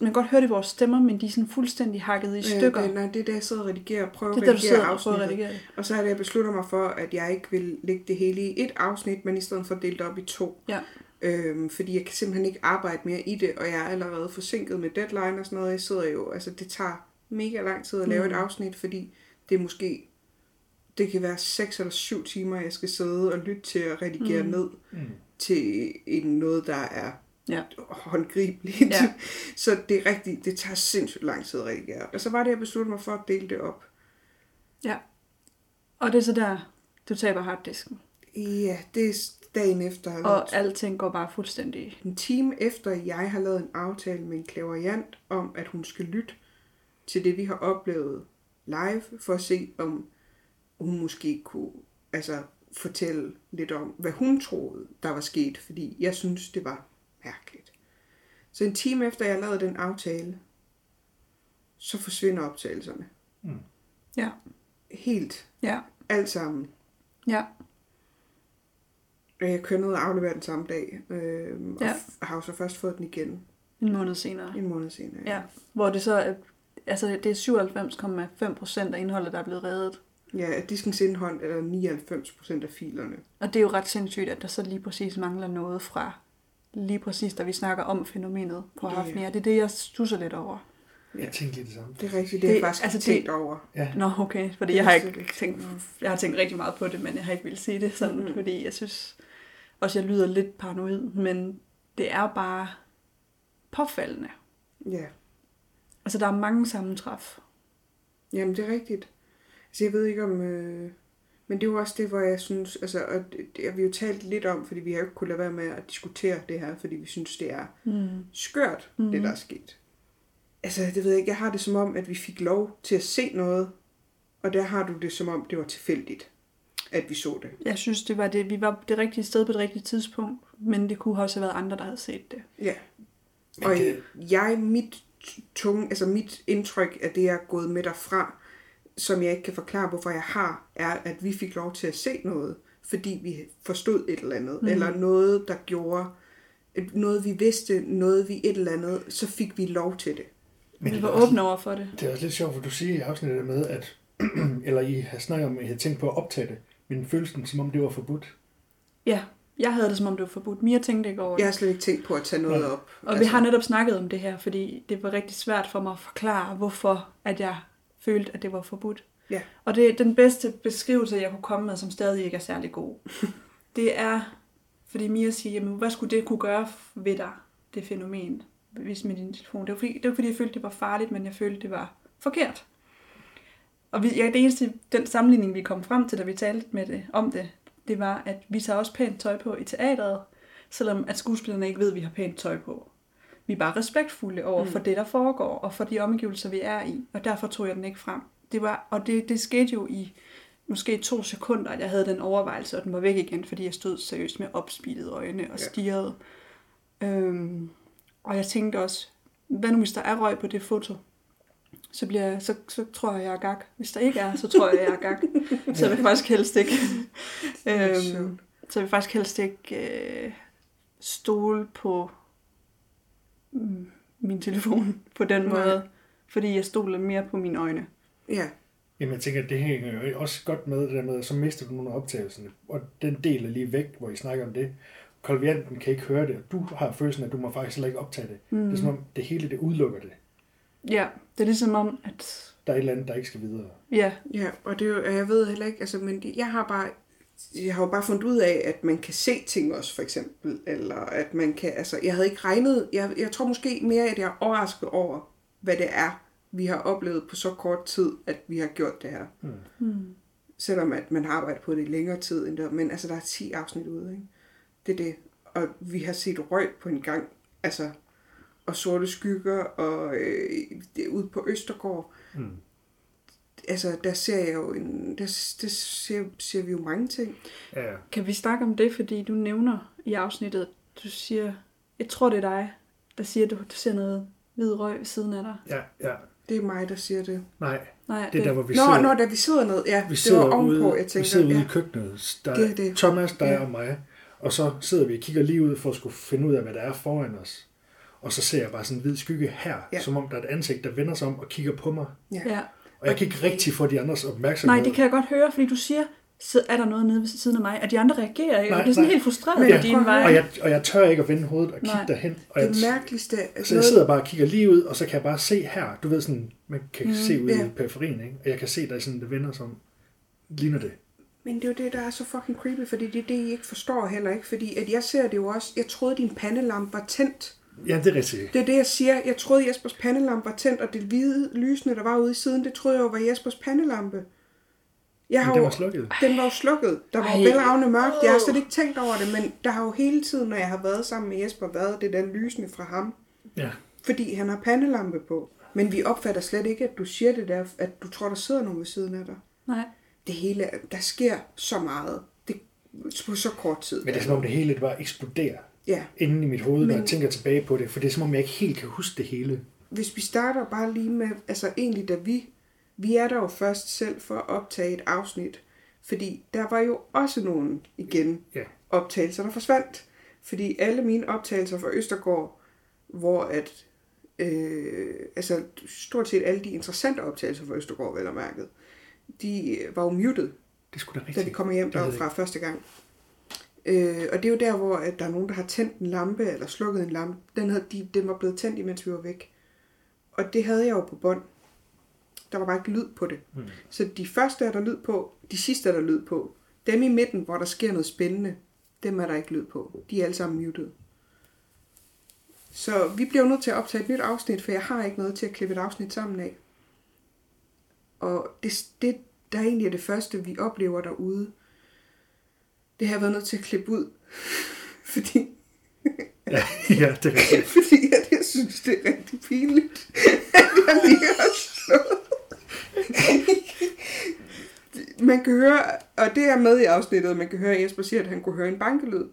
Man kan godt høre det i vores stemmer, men de er sådan fuldstændig hakket i stykker.
Øh, det- nej, det er det, jeg sidder og redigerer og prøver
det er
at
der, du
redigere
sidder og prøver at
afsnittet.
redigere. det.
Og så er det, jeg beslutter mig for, at jeg ikke vil lægge det hele i et afsnit, men i stedet for dele det op i to.
Ja.
Øhm, fordi jeg kan simpelthen ikke arbejde mere i det, og jeg er allerede forsinket med deadline og sådan noget. Jeg sidder jo, altså det tager mega lang tid at lave mm. et afsnit, fordi det er måske, det kan være 6 eller 7 timer, jeg skal sidde og lytte til og redigere mm. ned
Mm.
til en noget, der er
Ja.
håndgribeligt.
Ja.
Ja. så det er rigtigt, det tager sindssygt lang tid at redigere. Og så var det, jeg besluttede mig for at dele det op.
Og det er så der, du taber harddisken.
Ja, det er dagen efter. jeg har lavet-
Og alting går bare fuldstændig.
En time efter jeg har lavet en aftale med en klaverjant om, at hun skal lytte til det, vi har oplevet live, for at se, om hun måske kunne altså, fortælle lidt om, hvad hun troede, der var sket, fordi jeg synes, det var mærkeligt. Så en time efter jeg lavede den aftale, så forsvinder optagelserne.
Mm.
Ja.
Helt.
Ja.
Alt sammen.
Ja.
Og Jeg kørte ned og afleverede den samme dag, øh,
Ja.
ja. og har jo så først fået den igen
En måned senere.
en måned senere.
Ja. Hvor det så er, altså det er 97,5 procent af indholdet, der er blevet reddet.
Ja, at diskens indhold er der 99% af filerne.
Og det er jo ret sindssygt, at der så lige præcis mangler noget fra lige præcis, da vi snakker om fænomenet på
Ja.
Hafnia. Det er det, jeg stusser lidt over.
Jeg tænkte lige det samme.
Det er rigtigt, det, det
Det-
er faktisk
altså,
altså,
det-
tænkt over.
Nå, okay, fordi
Det
jeg har,
vidste jeg
ikke tænkt,
Mm.
jeg har tænkt rigtig meget på det, men jeg har ikke ville sige det sådan,
Mm-hmm.
mm. fordi jeg synes også, jeg lyder lidt paranoid, men det er bare påfaldende.
Ja,
Altså, der er mange sammentræf.
jamen det er rigtigt. Altså jeg ved ikke om... Øh... Men det er jo også det, hvor jeg synes... Altså, og det, det har vi jo talt lidt om, fordi vi har jo ikke kunnet lade være med at diskutere det her, fordi vi synes, det er
Mm.
skørt, mm. det der er sket. Altså, det ved jeg ikke. Jeg har det som om, at vi fik lov til at se noget, og der har du det som om, det var tilfældigt, at vi så det.
Jeg synes, det var det, vi var det rigtige sted på det rigtige tidspunkt, men det kunne også have været andre, der havde set det.
Ja.
Men
Og
det-
jeg, mit tunge, altså mit indtryk af det, jeg er gået med derfra, som jeg ikke kan forklare, hvorfor jeg har, er, at vi fik lov til at se noget, fordi vi forstod et eller andet, mm. eller noget, der gjorde, noget vi vidste, noget vi et eller andet, så fik vi lov til det.
Men
Vi
det
var
er også-
åbne over for det.
Det er også lidt sjovt, for du siger i afsnittet der med, at eller I har snakket om, at I havde tænkt på at optage det, men følelsen som om det var forbudt.
Ja, jeg havde det, som om det var forbudt. Mia tænkte ikke over det.
Jeg har slet ikke tænkt på at tage noget
Nej.
op.
Og altså... vi har netop snakket om det her, fordi det var rigtig svært for mig at forklare, hvorfor at jeg følte, at det var forbudt.
Ja.
Og det er den bedste beskrivelse, jeg kunne komme med, som stadig ikke er særlig god. det er, fordi Mia siger, jamen, hvad skulle det kunne gøre ved dig, det fænomen, hvis med din telefon. Det var, fordi, det var fordi, jeg følte, det var farligt, men jeg følte, det var forkert. Og vi, ja, det eneste, den sammenligning, vi kom frem til, da vi talte med det, om det, det var, at vi tager også pænt tøj på i teateret, selvom at skuespillerne ikke ved, at vi har pænt tøj på. Vi er bare respektfulde over mm. for det, der foregår, og for de omgivelser, vi er i, og derfor tog jeg den ikke frem. Det var, og det, det skete jo i måske to sekunder, at jeg havde den overvejelse, og den var væk igen, fordi jeg stod seriøst med opspilede øjne og stirrede. Øhm, og jeg tænkte også, hvad nu hvis der er røg på det foto? Så, bliver jeg, så, så tror jeg, jeg er gak. Hvis der ikke er, så tror jeg, jeg er gak. så jeg vil faktisk helst ikke. øhm,
sjovt.
så jeg vil faktisk helst ikke øh, stole på mm, min telefon på den
Nej.
måde. Fordi jeg stoler mere på mine øjne.
Ja,
Jamen, jeg tænker, at det hænger jo også godt med det der med, at så mister du nogle af optagelserne, og den del er lige væk, hvor I snakker om det. Kolvianten kan ikke høre det, og du har følelsen, af, at du må faktisk heller ikke optage det. Mm. Det er som om, det hele det udelukker det.
Ja, det er ligesom om, at...
Der er et eller andet, der ikke skal videre.
Ja,
ja, og det er jo, og jeg ved heller ikke, altså, men det- jeg har bare, jeg har jo bare fundet ud af, at man kan se ting også, for eksempel, eller at man kan, altså, jeg havde ikke regnet, jeg, jeg tror måske mere, at jeg er overrasket over, hvad det er, vi har oplevet på så kort tid, at vi har gjort det her. Mm. Selvom at man har arbejdet på det i længere tid, end det, men altså, der er 10 afsnit ude, ikke? Det er det. Og vi har set røg på en gang, altså, og sorte skygger, og øh, det, ude på Østergård, altså, der ser jeg jo en, der, der ser, ser vi jo mange ting.
Ja, ja.
kan vi snakke om det, fordi du nævner i afsnittet, at du siger, jeg tror det er dig, der siger, at du, du ser noget hvid røg ved siden af dig.
ja, ja.
Det er mig, der siger det.
Nej,
Nej,
det er der, hvor vi
Nå,
sidder.
nå, da vi sidder ned, ja,
vi
det var
sidder
ovenpå,
ude,
jeg
vi
tænker.
sidder ude
ja.
i køkkenet. Der
Det
er
er det.
Thomas, dig
Ja.
og mig. Og så sidder vi og kigger lige ud for at skulle finde ud af, hvad der er foran os. Og så ser jeg bare sådan en hvid skygge her,
Ja.
ja. som om der er et ansigt, der vender sig om og kigger på mig.
ja.
Og jeg kan ikke rigtig få de andres opmærksomhed.
Nej, det kan jeg godt høre, fordi du siger, "Sid- er der noget nede ved siden af mig, og de andre reagerer ikke,
Nej,
og det er sådan
nej.
helt frustreret
Ja,
på din vej.
Og jeg, og jeg tør ikke at vende hovedet og kigge
Nej.
derhen. Og jeg,
Det mærkeligste er
så Altså, jeg sidder bare og kigger lige ud, og så kan jeg bare se her. Du ved sådan, man kan mm, se ud
ja.
yeah. i periferien, ikke? Og jeg kan se, der er sådan, der vender som ligner det.
Men det er jo det, der er så fucking creepy, fordi det er det, I ikke forstår heller ikke. Fordi at jeg ser det jo også, jeg troede, din pandelampe var tændt.
Ja, det er rigtigt.
Det er det, jeg siger. Jeg troede, Jespers pandelampe var tændt, og det hvide lysende, der var ude i siden, det troede jeg jo var Jespers pandelampe. Jeg
Men
har
den
jo,
var slukket.
Den var jo slukket. Der var jo bælragende mørkt. Jeg har slet ikke tænkt over det, men der har jo hele tiden, når jeg har været sammen med Jesper, været det der lysende fra ham.
Ja.
Fordi han har pandelampe på. Men vi opfatter slet ikke, at du siger det der, at du tror, der sidder nogen ved siden af dig.
Nej.
Det hele, er- der sker så meget. Det på så kort tid.
Men det er som Altså, om det hele det bare eksploderer
Ja,
inden i mit hoved, når
Men-
jeg tænker tilbage på det. For det er som om, jeg ikke helt kan huske det hele.
hvis vi starter bare lige med, altså egentlig da vi, vi er der jo først selv for at optage et afsnit, fordi der var jo også nogen igen
Ja.
optagelser, der forsvandt. Fordi alle mine optagelser fra Østergård, hvor at, øh, altså stort set alle de interessante optagelser fra Østergård, vel og mærket, de øh, var jo muted,
Det skulle da
da
rigtigt.
vi kommer hjem
Det ved jeg
derfra første gang. Øh, og det er jo der, hvor at der er nogen, der har tændt en lampe eller slukket en lampe. Den, havde, de, den var blevet tændt, imens vi var væk. Og det havde jeg jo på bånd. Der var bare ikke lyd på det.
Hmm.
Mm. Så de første er der lyd på, de sidste er der lyd på. Dem i midten, hvor der sker noget spændende, dem er der ikke lyd på. De er alle sammen muted. Så vi bliver jo nødt til at optage et nyt afsnit, for jeg har ikke noget til at klippe et afsnit sammen af. Og det, det der egentlig er det første, vi oplever derude, det har jeg været nødt til at klippe ud. fordi,
Ja, ja, det er rigtigt.
fordi at jeg synes, det er rigtig pinligt, at jeg lige har slået. man kan høre, og det er med i afsnittet, man kan høre, at Jesper siger, at han kunne høre en bankelyd.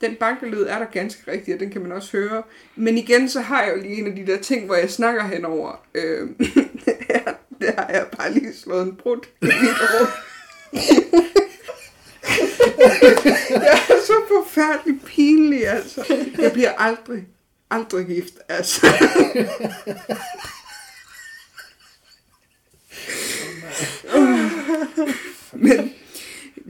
Den bankelyd er der ganske rigtig, og den kan man også høre. Men igen, så har jeg jo lige en af de der ting, hvor jeg snakker henover. Øh, der har jeg bare lige slået en brud i mit rum. Jeg er så forfærdelig pinlig, altså. Jeg bliver aldrig, aldrig gift, altså. Men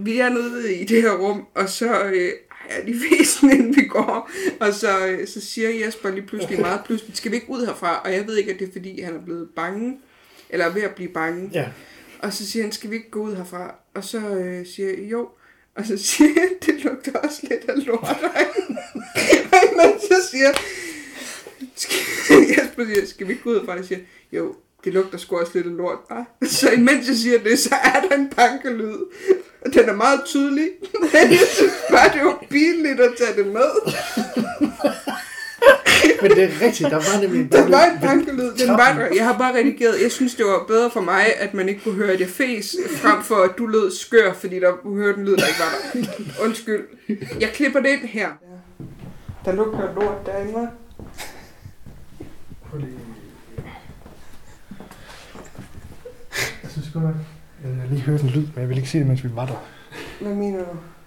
vi er nede i det her rum, og så øh, er de væsen, inden vi går. Og så, øh, så siger Jesper lige pludselig meget pludselig, skal vi ikke ud herfra? Og jeg ved ikke, at det er fordi, han er blevet bange, eller er ved at blive bange.
Ja.
Og så siger han, skal vi ikke gå ud herfra? Og så øh, siger jeg, jo. Og så siger jeg, det lugter også lidt af lort. og imens så siger skal, Jesper siger, skal vi ikke gå ud herfra? Og jeg siger, jo, det lugter sgu også lidt af lort, hva? Så imens jeg siger det, så er der en bankelyd. Og den er meget tydelig. Men jeg synes bare, det var pinligt at tage det med.
Men det er rigtigt, der var nemlig
Der var en bankelyd. Den var der. Jeg har bare redigeret. Jeg synes, det var bedre for mig, at man ikke kunne høre, at jeg fes, frem for at du lød skør, fordi der kunne høre den lyd, der ikke var der. Undskyld. Jeg klipper det ind her. Der lugter lort derinde. hva'?
Prøv lige... Jeg synes godt nok, jeg har lige hørt en lyd, men jeg vil ikke sige det, mens vi var der.
Hvad mener du?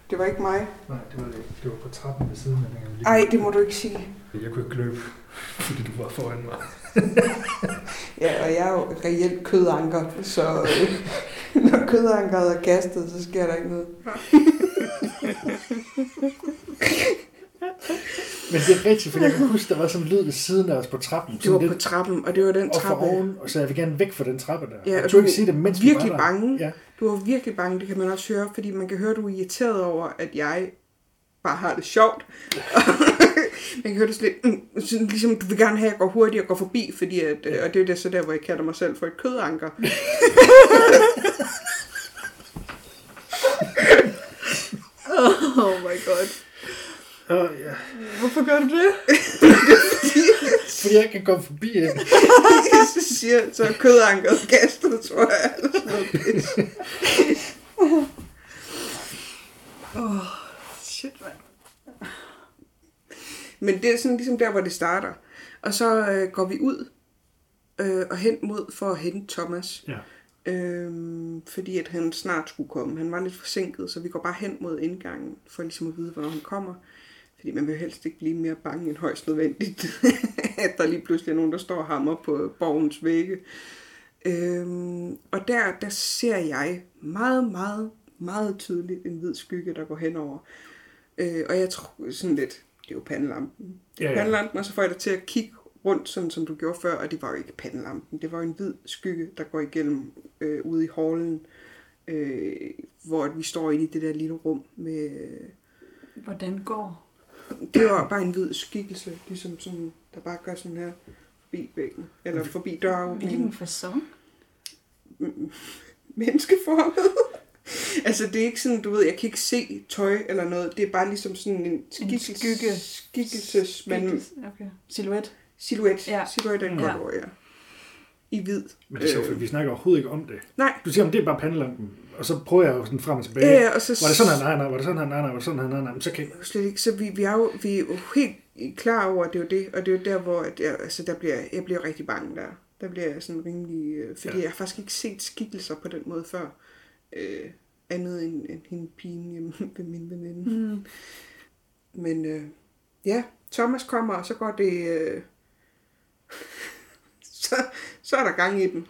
Det var ikke mig.
Nej, det var det ikke. Det var på trappen ved siden af dengang. vi lige-
Ej, det må du ikke sige.
Jeg kunne ikke løbe, fordi du var foran mig.
Ja, og jeg er jo reelt kødanker, så øh, når kødankeret er kastet, så sker der ikke noget.
Men det er rigtigt, for jeg kan huske, der var sådan en lyd ved siden af os på trappen.
Det var
sådan
på trappen, og det var den
og for
trappe.
oven, og så jeg vil gerne væk fra den trappe der.
Ja,
Jeg
og
turde
du
ikke sige det, mens
virkelig
vi var der.
bange.
Ja,
Du var virkelig bange, det kan man også høre, fordi man kan høre, at du er irriteret over, at jeg bare har det sjovt. man kan høre det sådan lidt, mm, sådan, ligesom du vil gerne have, at jeg går hurtigt og går forbi, fordi at, øh, og det er det så der, hvor jeg kalder mig selv for et kødanker.
Oh my god.
og, ja.
Hvorfor gør du det?
Fordi jeg kan komme forbi hende.
så siger jeg, så er kødankeret kastet, tror jeg. Eller sådan noget pis.
Shit, man.
Men det er sådan ligesom der, hvor det starter. Og så øh, går vi ud øh, og hen mod for at hente Thomas.
Ja.
Øhm, fordi at han snart skulle komme. Han var lidt forsinket, så vi går bare hen mod indgangen, for ligesom at vide, hvornår han kommer. Fordi man vil jo helst ikke blive mere bange end højst nødvendigt, at der lige pludselig er nogen, der står og hammer på borgens vægge. Øhm, og der, der ser jeg meget, meget, meget tydeligt en hvid skygge, der går henover. Øh, og jeg tror sådan lidt, det er jo pandelampen. Det er ja,
Ja, ja.
ja. pandelampen, og så får jeg dig til at kigge rundt, sådan som du gjorde før, og det var jo ikke pandelampen. Det var jo en hvid skygge, der går igennem øh, ude i hallen, øh, hvor vi står inde i det der lille rum med...
Hvordan går?
Det var bare en hvid skikkelse, ligesom sådan, der bare gør sådan her forbi væggen, eller forbi døren.
Hvilken fasong?
Menneskeformet. altså, det er ikke sådan, du ved, jeg kan ikke se tøj eller noget. Det er bare ligesom sådan en, skikkelse,
skygge.
skikkelses, men
Hvilken- Okay. Silhuet.
silhuet. Ja.
Ja.
Silhuet er et godt
Ja.
ord, ja. I hvid.
Men det er sjovt,
Øh,
for vi snakker overhovedet ikke om det.
Nej.
Du siger, om det er bare pandelampen, og så prøver jeg jo sådan frem og tilbage.
Ja, ja, Øh, og så...
Var det sådan her? Nej, nej, var det sådan her? Nej, nej, var det sådan her? Nej, nej, men så kan jeg...
Slet ikke. Så vi, vi, er jo, vi er jo helt klar over, at det er jo det, og det er jo der, hvor at jeg, altså, der bliver, jeg bliver rigtig bange der. Der bliver jeg sådan rimelig... Øh, fordi
Ja.
ja. jeg har faktisk ikke set skikkelser på den måde før. Øh, andet end, end hende pigen hjemme ved min veninde.
Mm.
Men øh, ja, Thomas kommer, og så går det... Øh, så, så er der gang i den.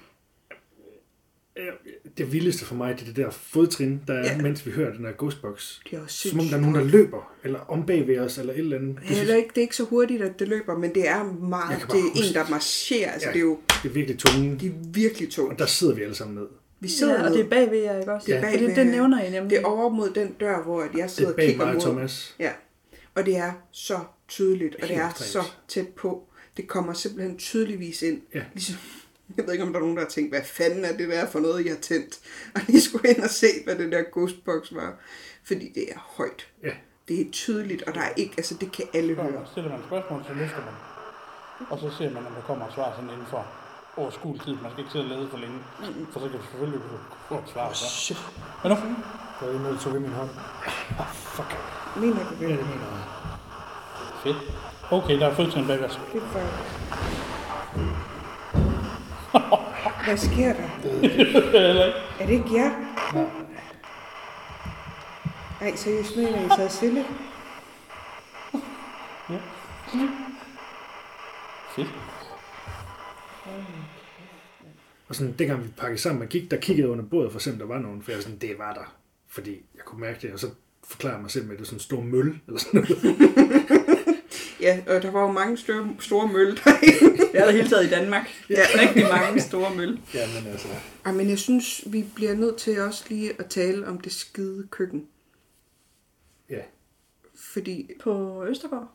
Det vildeste for mig, det er det der fodtrin, der er,
Ja.
ja. mens vi hører den der ghostbox.
Det er også
Som om der
sindssygt.
er nogen, der løber, eller om bag ved os, eller et eller andet. Det, synes,
Heller ikke, det er ikke så hurtigt, at det løber, men det er meget,
Jeg kan
det
bare
er en,
huske-
der marcherer, altså ja.
Ja.
det er jo
det er virkelig tunge.
de er virkelig
Og
tungt.
der sidder vi alle sammen ned.
Vi sidder
Ja, og
ned.
det er bagved jer, ikke også?
Det er
For
bagved
det, det
jer.
nævner jeg nemlig.
Det er over mod den dør, hvor at jeg
Det
sidder
er
og
bag
kigger
mig og
mod.
Thomas.
Ja, og det er så tydeligt, og det
Helt
er
ekstremt.
så tæt på. Det kommer simpelthen tydeligvis ind.
Ja.
Ligesom, jeg ved ikke, om der er nogen, der har tænkt, hvad fanden er det der for noget, jeg har tændt? Og lige skulle ind og se, hvad det der ghostbox var. Fordi det er højt.
Ja.
Det er tydeligt, og der er ikke, altså det kan alle
Når man
høre.
stiller man et spørgsmål, så løfter man. Og så ser man, om der kommer et svar sådan inden for overskuelig tid. Man skal ikke sidde og lede for længe, for så kan du selvfølgelig få et svar. Så.
Shit,
Men nu,
Der er en, der tog i min hånd. Ah,
mener du det?
Ja, det mener jeg.
fedt. Okay, der er fødselsdagen bag os.
Det var... Hvad sker der? er det ikke jer? Nej, seriøst mener I, I sad stille?
Fedt.
Og sådan, dengang vi pakkede sammen og gik, der kiggede jeg under bordet for at se, om der var nogen. For jeg var sådan, det var der. Fordi jeg kunne mærke det, og så forklarer jeg mig selv med, at det er sådan en stor møl, eller sådan noget.
Ja, og der var jo mange store, store møl derinde.
Det er der hele taget i Danmark.
Ja.
Rigtig mange store møl.
ja, men altså,
Ej, men jeg synes, vi bliver nødt til også lige at tale om det skide køkken.
ja.
Fordi
På Østergaard.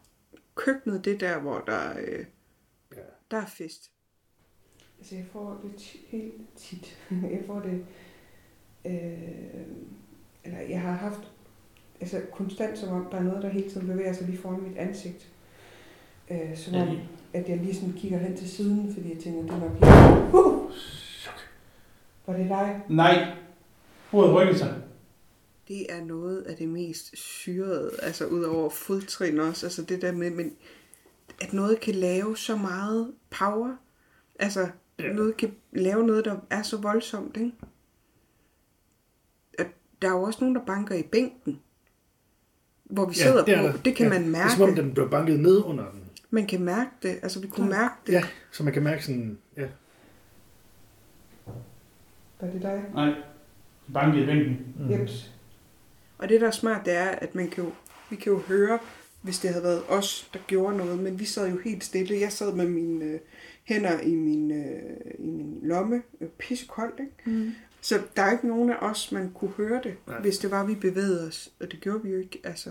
køkkenet, det er der, hvor der, øh,
Ja.
der er fest. Altså, jeg får det ti- helt tit. Jeg får det... Øh, eller jeg har haft altså, konstant, som om der er noget, der hele tiden bevæger sig lige foran mit ansigt. Øh, som om, at jeg lige sådan kigger hen til siden, fordi jeg tænker, det er nok lige... Uh! Var det dig?
Nej. Bordet rykker sig.
Det er noget af det mest syrede, altså ud over fodtrin også, altså det der med, men at noget kan lave så meget power, altså
Ja.
ja. noget kan lave noget, der er så voldsomt, ikke? At der er jo også nogen, der banker i bænken. hvor vi sidder
det er
på,
der.
det kan man
Det er som om,
mærke.
den bliver banket ned under den.
Man kan mærke det. Altså, vi kunne mærke det.
Ja, så man kan mærke sådan, ja.
Er det dig?
Nej. Banke i bænken.
Mm.
Jeps.
Og det, der er smart, det er, at man kan jo, vi kan jo høre, hvis det havde været os, der gjorde noget, men vi sad jo helt stille. Jeg sad med mine øh, hænder i min, øh, i min lomme, øh, pissekoldt, ikke?
Mm.
Så der er ikke nogen af os, man kunne høre det,
Nej.
Nej. hvis det var, vi bevægede os. Og det gjorde vi jo ikke, altså.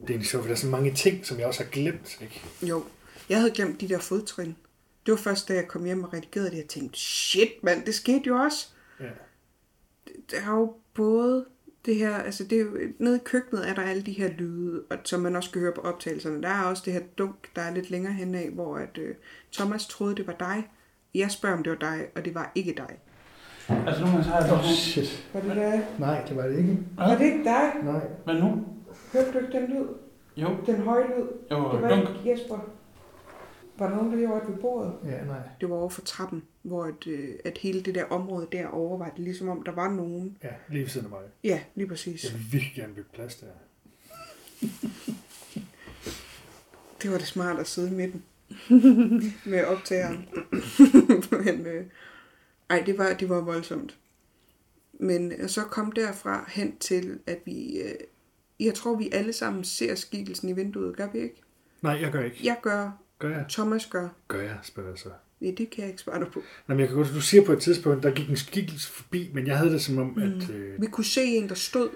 Det er egentlig sjovt, for der er så mange ting, som jeg også har glemt, ikke?
Jo, jeg havde glemt de der fodtrin. Det var først, da jeg kom hjem og redigerede det, jeg tænkte, shit mand, det skete jo også.
Ja.
Det- Der er jo både det her, altså det er jo, nede i køkkenet er der alle de her lyde, og, som man også kan høre på optagelserne. Der er også det her dunk, der er lidt længere henad, hvor at, øh, Thomas troede, det var dig. Jeg spørger, om det var dig, og det var ikke dig.
Altså nogle gange så har jeg
Åh, oh,
det
shit.
Var det dig?
Nej, det var det ikke.
Var det ikke dig?
Nej.
Men nu?
Hørte du ikke den lyd?
Jo.
Den høje lyd?
Jo,
Det var
dunk.
ikke Jesper. Var der nogen, der gjorde, at vi bordet?
Ja, nej.
Det var over for trappen, hvor at, øh, at hele det der område derovre var det ligesom om, der var nogen.
ja, lige ved siden af mig.
Ja, lige præcis.
Jeg vil virkelig gerne bytte plads der.
Det var det smart at sidde i midten med optageren. Men, øh, ej, det var, det var voldsomt. Men øh, så kom derfra hen til, at vi... Øh, jeg tror, vi alle sammen ser skikkelsen i vinduet, gør vi ikke?
Nej, jeg gør ikke.
Jeg gør,
Gør jeg?
Thomas gør.
Gør jeg, spørger jeg så.
Nej, det kan jeg ikke svare dig på.
Nå, men jeg kan godt, du siger på et tidspunkt, der gik en skikkelse forbi, men jeg havde det som om, mm. at... Øh,
Vi kunne se en, der stod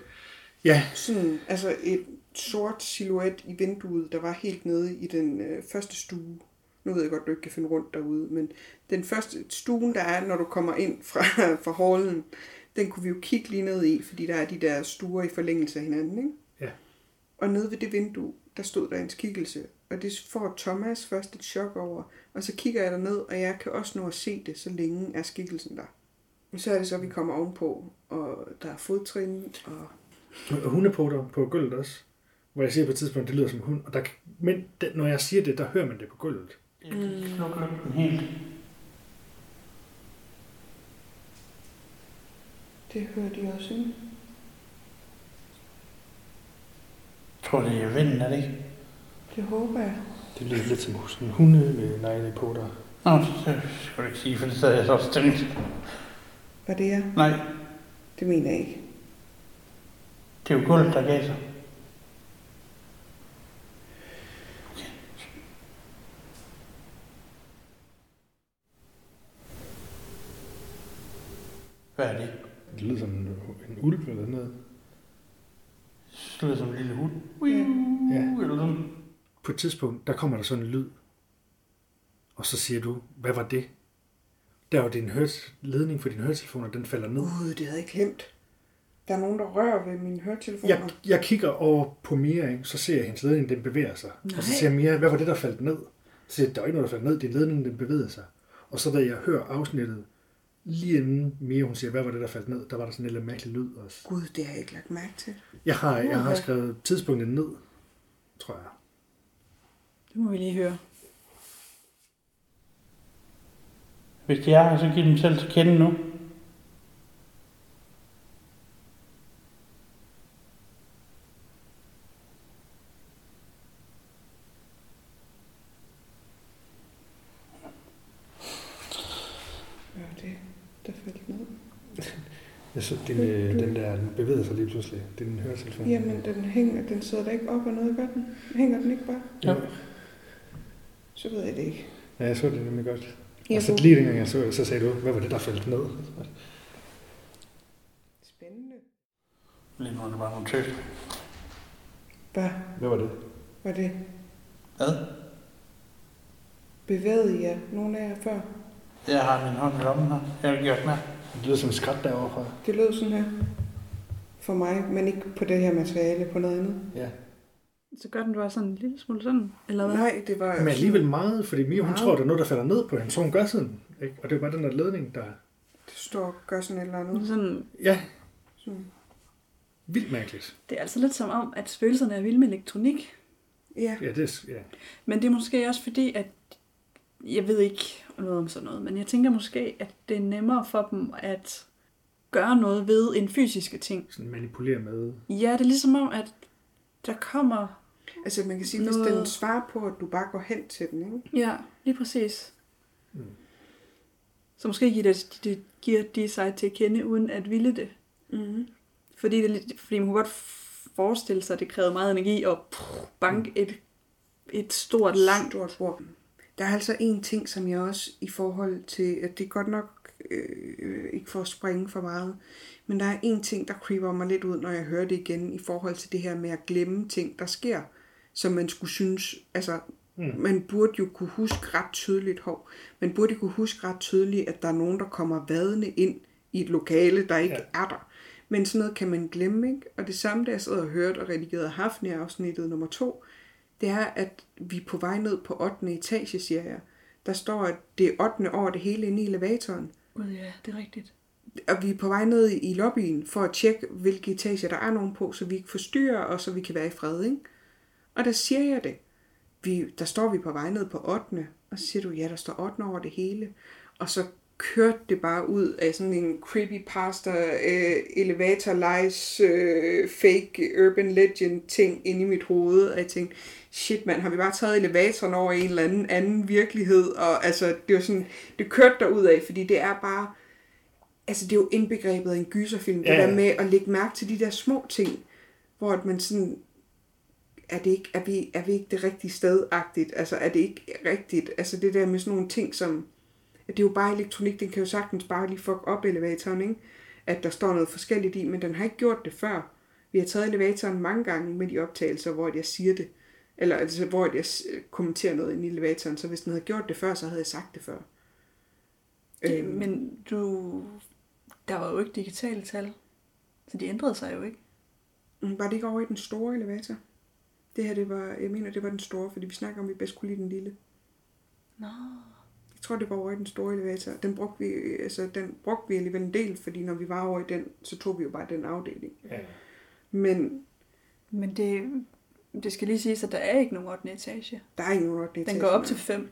ja,
sådan, altså et sort silhuet i vinduet, der var helt nede i den øh, første stue. Nu ved jeg godt, du ikke kan finde rundt derude, men den første stuen, der er, når du kommer ind fra, fra hallen, den kunne vi jo kigge lige ned i, fordi der er de der stuer i forlængelse af hinanden, ikke?
Ja.
Og nede ved det vindue, der stod der en skikkelse, og det får Thomas først et chok over, og så kigger jeg derned, og jeg kan også nå at se det, så længe er skikkelsen der. Så er det så, at vi kommer ovenpå, og der er fodtrin, og
og hundepoter på gulvet også. Hvor jeg siger på et tidspunkt, det lyder som hund. Og der, kan- men det, når jeg siger det, der hører man det på gulvet.
Jeg kan slukke lygten helt.
Det hørte de også, ikke?
Jeg tror, det er vinden, er det ikke?
Det håber jeg.
Det lyder lidt som sådan en hunde med neglepoter.
Nå, det skal du ikke sige, for det sad jeg så også tænkt.
Var det jeg?
Nej,
Det mener jeg ikke.
det er jo gulvet, der gav sig. Hvad er det?
Det lyder som en, en ulv eller noget.
Det lyder som en lille hund. Uiu,
Ja.
Eller sådan.
På et tidspunkt, der kommer der sådan en lyd. Og så siger du, hvad var det? Der er jo din hørs- ledning for din høretelefoner, den falder ned.
Gud, det havde jeg glemt. Der er nogen, der rører ved mine høretelefoner.
Jeg, jeg kigger over på Mia, ikke? så ser jeg, at hendes ledning den bevæger sig. Nej. Og så siger Mia, hvad var det, der faldt ned? Så siger jeg, der er ikke noget, der faldt ned, din ledning den bevæger sig. Og så da jeg hører afsnittet, lige inden Mia hun siger, hvad var det, der faldt ned, der var der sådan en lidt mærkelig lyd også.
Gud, det har jeg ikke lagt mærke til.
Jeg har, jeg har skrevet tidspunktet ned, tror jeg.
Det må vi lige høre.
Hvis de er her, så giv dem selv til kende nu.
Ja, det der faldt ned.
Jeg så, din, øh, den der den bevæger sig lige pludselig. Din høretelefon.
Jamen, den hænger, den sidder da ikke op og noget, gør den? Hænger den ikke bare?
Jo.
Så ved jeg det ikke.
Ja, jeg så det nemlig godt.
Jeg
Og så
kunne-
lige dengang jeg så det, så sagde du, hvad var det, der faldt ned?
Spændende.
Lige nu er det bare nogle tøs.
Hvad
Hvad var det?
var det?
Hvad?
Bevægede I jer? Nogen af jer før?
Jeg har min hånd i lommen her. Jeg har ikke gjort mere.
Det lyder som et skræt derovre fra.
Det lød sådan her. For mig, men ikke på det her materiale, på noget andet.
Ja.
Så gør den bare sådan en lille smule sådan, eller hvad?
Nej, det var...
Men alligevel meget, fordi Mia hun
Meget.
tror, der er noget, der falder ned på hende, så hun gør sådan. Ikke? Og det er bare den der ledning, der...
Det står og gør sådan et eller andet.
Sådan,
Ja,
Sådan.
vildt mærkeligt.
det er altså lidt som om, at spøgelserne er vilde med elektronik.
Ja,
Ja, det er, ja.
Men det er måske også fordi, at jeg ved ikke noget om sådan noget, men jeg tænker måske, at det er nemmere for dem at gøre noget ved end fysiske ting.
Sådan manipulere med.
Ja, det er ligesom om, at der kommer...
Altså man kan sige, hvis
Noget-
den svarer på, at du bare går hen til den, ikke?
Ja, lige præcis. Så måske giver det, det giver de sig til at kende, uden at ville det.
Mm-hmm.
Fordi, det, er lidt- fordi man kunne godt forestille sig, at det krævede meget energi at pff, banke et, et stort, langt...
stort ord. Der er altså en ting, som jeg også i forhold til, at det er godt nok øh, ikke for at springe for meget, men der er en ting, der creeper mig lidt ud, når jeg hører det igen, i forhold til det her med at glemme ting, der sker, som man skulle synes, altså mm. man burde jo kunne huske ret tydeligt, hov, man burde jo kunne huske ret tydeligt, at der er nogen, der kommer vadende ind i et lokale, der ikke ja. er der. Men sådan noget kan man glemme, ikke? Og det samme, da jeg sad og hørte og redigerede Hafnia-afsnittet nummer to, det er, at vi er på vej ned på 8. etage, siger jeg. Der står, at det er 8. år det hele inde i elevatoren.
Gud, ja, det er rigtigt.
Og vi er på vej ned i lobbyen for at tjekke, hvilke etager der er nogen på, så vi ikke forstyrrer, og så vi kan være i fred, ikke? Og der siger jeg det. Vi, der står vi på vej ned på 8. Og så siger du, ja, der står 8. over det hele. Og så kørte det bare ud af sådan en creepypasta, øh, elevator lies, øh, fake urban legend ting inde i mit hoved. Og jeg tænkte, shit mand, har vi bare taget elevatoren over i en eller anden, anden virkelighed? Og altså, det var sådan, det kørte der ud af, fordi det er bare, altså det er jo indbegrebet af en gyserfilm, ja.
Ja,
det
ja.
der med at lægge mærke til de der små ting, hvor at man sådan, er, det ikke, er, vi, er vi ikke det rigtige sted-agtigt? Altså, er det ikke rigtigt? Altså, det der med sådan nogle ting som... At det er jo bare elektronik, den kan jo sagtens bare lige fuck op elevatoren, ikke? At der står noget forskelligt i, men den har ikke gjort det før. Vi har taget elevatoren mange gange med de optagelser, hvor jeg siger det. Eller altså, hvor jeg s- kommenterer noget inde i elevatoren, så hvis den havde gjort det før, så havde jeg sagt det før.
Øh,
Øhm.
men du... Der var jo ikke digitale tal. Så de ændrede sig jo ikke.
Mm, Var det ikke over i den store elevator? Det her, det var, jeg mener, det var den store, fordi vi snakker om, at vi bedst kunne lide den lille.
Nå.
Jeg tror, det var over i den store elevator. Den brugte vi, øh, altså, den brugte vi alligevel en del, fordi når vi var over i den, så tog vi jo bare den afdeling.
Ja.
Men
Men det, det skal lige siges, at der er ikke nogen 8. etage.
der er ikke nogen 8.
Den går op til 5.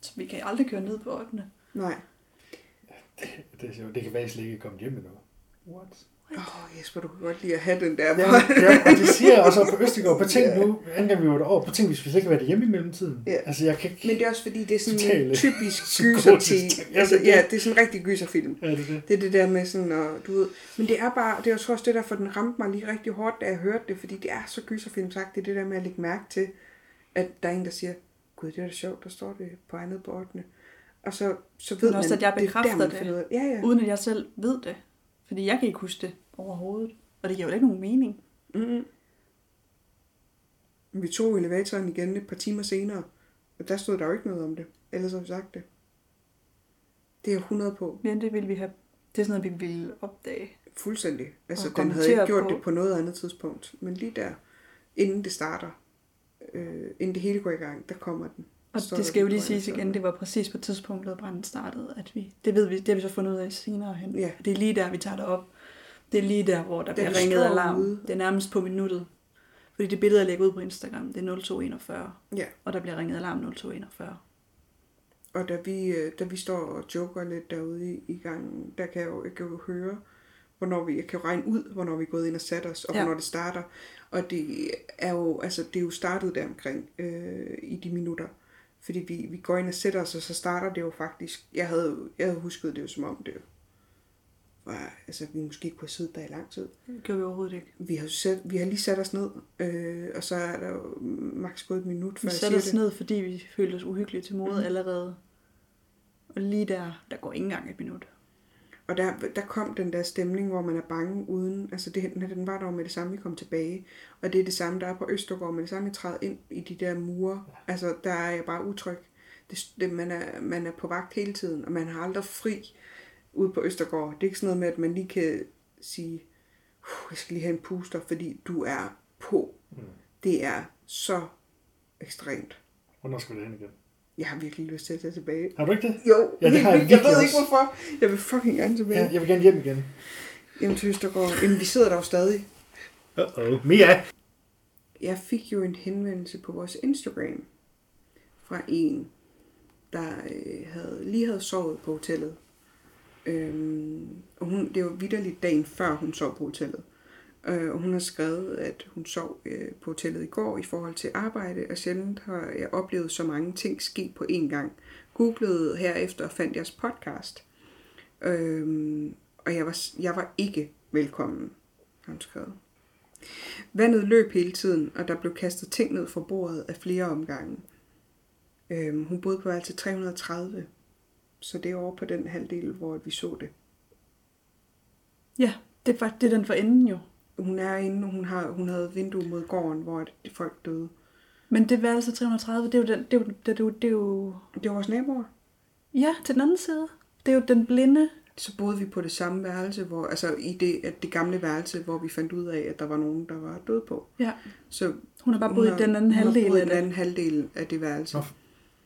Så vi kan aldrig køre ned på 8.
Nej.
Det, er sjovt. det kan være, at I slet ikke er kommet hjem endnu. What?
Åh, oh, Jesper, du kan godt lide at have den der.
Ja, ja, og det siger jeg også på Østegård. På ting nu, anden gang vi var derovre, på ting, vi skulle slet ikke være derhjemme i mellemtiden.
Ja.
Altså, jeg kan ikke...
Men det er også fordi, det er sådan en
Totale
typisk
psykotisk
gyserting.
ting. Ja,
Altså,
det er
ja,
det.
det er sådan en rigtig gyserfilm.
Er det det?
Det er det der med sådan, og du ved... Men det er bare, det er også, også det der, for den ramte mig lige rigtig hårdt, da jeg hørte det, fordi det er så gyserfilm sagt, det er det der med at lægge mærke til, at der er en, der siger, gud, det er da sjovt, der står det på andet på 8. Og så, så ved
Men også,
man,
at jeg
det er der,
bekræfter
man
det.
finder ud af- Ja, ja.
Uden at jeg selv ved det. Fordi jeg kan ikke huske det overhovedet. Og det giver jo ikke nogen mening.
Mm-hmm. Vi tog elevatoren igen et par timer senere, og der stod der jo ikke noget om det. Ellers havde vi sagt det. Det er jeg 100 på.
Men det ville vi have... Det er sådan noget, vi ville opdage.
Fuldstændig. Altså,
Og
den havde ikke
kommentere
gjort
på-
det på noget andet tidspunkt. Men lige der, inden det starter, øh, inden det hele går i gang, der kommer den.
Og
Så er
det
der
skal jo
den
lige
grønne
siges igen,
sådan.
det var præcis på tidspunktet, branden startede. At vi, det ved vi, det har vi så fundet ud af senere hen.
Ja.
Det er lige der, vi tager det op. Det er lige der, hvor der
vi
bliver ringet
står
alarm.
ude.
Det er nærmest på minuttet. Fordi det billede, jeg lægger ud på Instagram, det er 0241.
Ja,
Og der bliver ringet alarm 0241.
og da vi, øh, da vi står og joker lidt derude i, i gangen, der kan jeg jo, jeg kan jo høre, hvornår vi, jeg kan jo regne ud, hvornår vi er gået ind og sat os, og
Ja.
ja. hvornår det starter. Og det er jo, altså, det er jo startet der omkring øh, i de minutter. Fordi vi, vi går ind og sætter os, og så starter det jo faktisk. Jeg havde, jeg havde husket det jo som om det var, altså vi måske kunne have siddet der i lang tid.
Det gjorde vi overhovedet ikke.
Vi har, jo sat, vi har lige sat os ned, øh, og så er der jo maks gået et minut,
Vi
før jeg
satte
siger
os
det.
ned, fordi vi følte os uhyggelige til mode allerede. Og lige der, der går ikke engang et minut.
Og der, der kom den der stemning, hvor man er bange uden, altså det, den den var der jo med det samme, vi kom tilbage. Og det er det samme, der er på Østergaard, med det samme, jeg træder ind i de der mure. Altså der er jeg bare utryg. Det, det, man, er, man er på vagt hele tiden, og man har aldrig fri ude på Østergaard. Det er ikke sådan noget med, at man lige kan sige, "Puh, jeg skal lige have en puster, fordi du er på. Mm. Det er så ekstremt.
Hvornår skal vi derhen igen?
Jeg har virkelig lyst til at tage tilbage.
Har du ikke det?
Jo,
Ja, det har jeg
jeg,
virkelig
ved ikke
også.
hvorfor. Jeg vil fucking gerne tilbage.
Ja, jeg vil gerne hjem igen.
Jamen til Østergaard. Jamen vi sidder der jo stadig.
Uh-oh. Mia!
Jeg fik jo en henvendelse på vores Instagram fra en, der øh, havde, lige havde sovet på hotellet. Øhm, og hun, det var vidderligt dagen før hun sov på hotellet. Øh, og hun har skrevet, at hun sov øh, på hotellet i går i forhold til arbejde, og sjældent har jeg oplevet så mange ting ske på én gang. Googlede herefter og fandt jeres podcast. Øhm, og jeg var, jeg var ikke velkommen, har hun skrevet. Vandet løb hele tiden, og der blev kastet ting ned fra bordet af flere omgange. Øhm, hun boede på værelse 330, så det er over på den halvdel, hvor vi så det.
Ja, det er, fakt- det er den for enden jo.
Hun er inde, og hun, har, hun havde vindue mod gården, hvor at folk døde.
Men det værelse 330, det er jo den, det er jo, det er jo, det er jo
Det var vores naboer.
ja, til den anden side. Det er jo den blinde.
Så boede vi på det samme værelse, hvor, altså i det, at det gamle værelse, hvor vi fandt ud af, at der var nogen, der var døde på.
Ja,
Så
hun har bare
hun
boet
har-
i den anden
hun har
halvdel
boet i
af
den
det,
anden halvdel af det værelse.
Nå,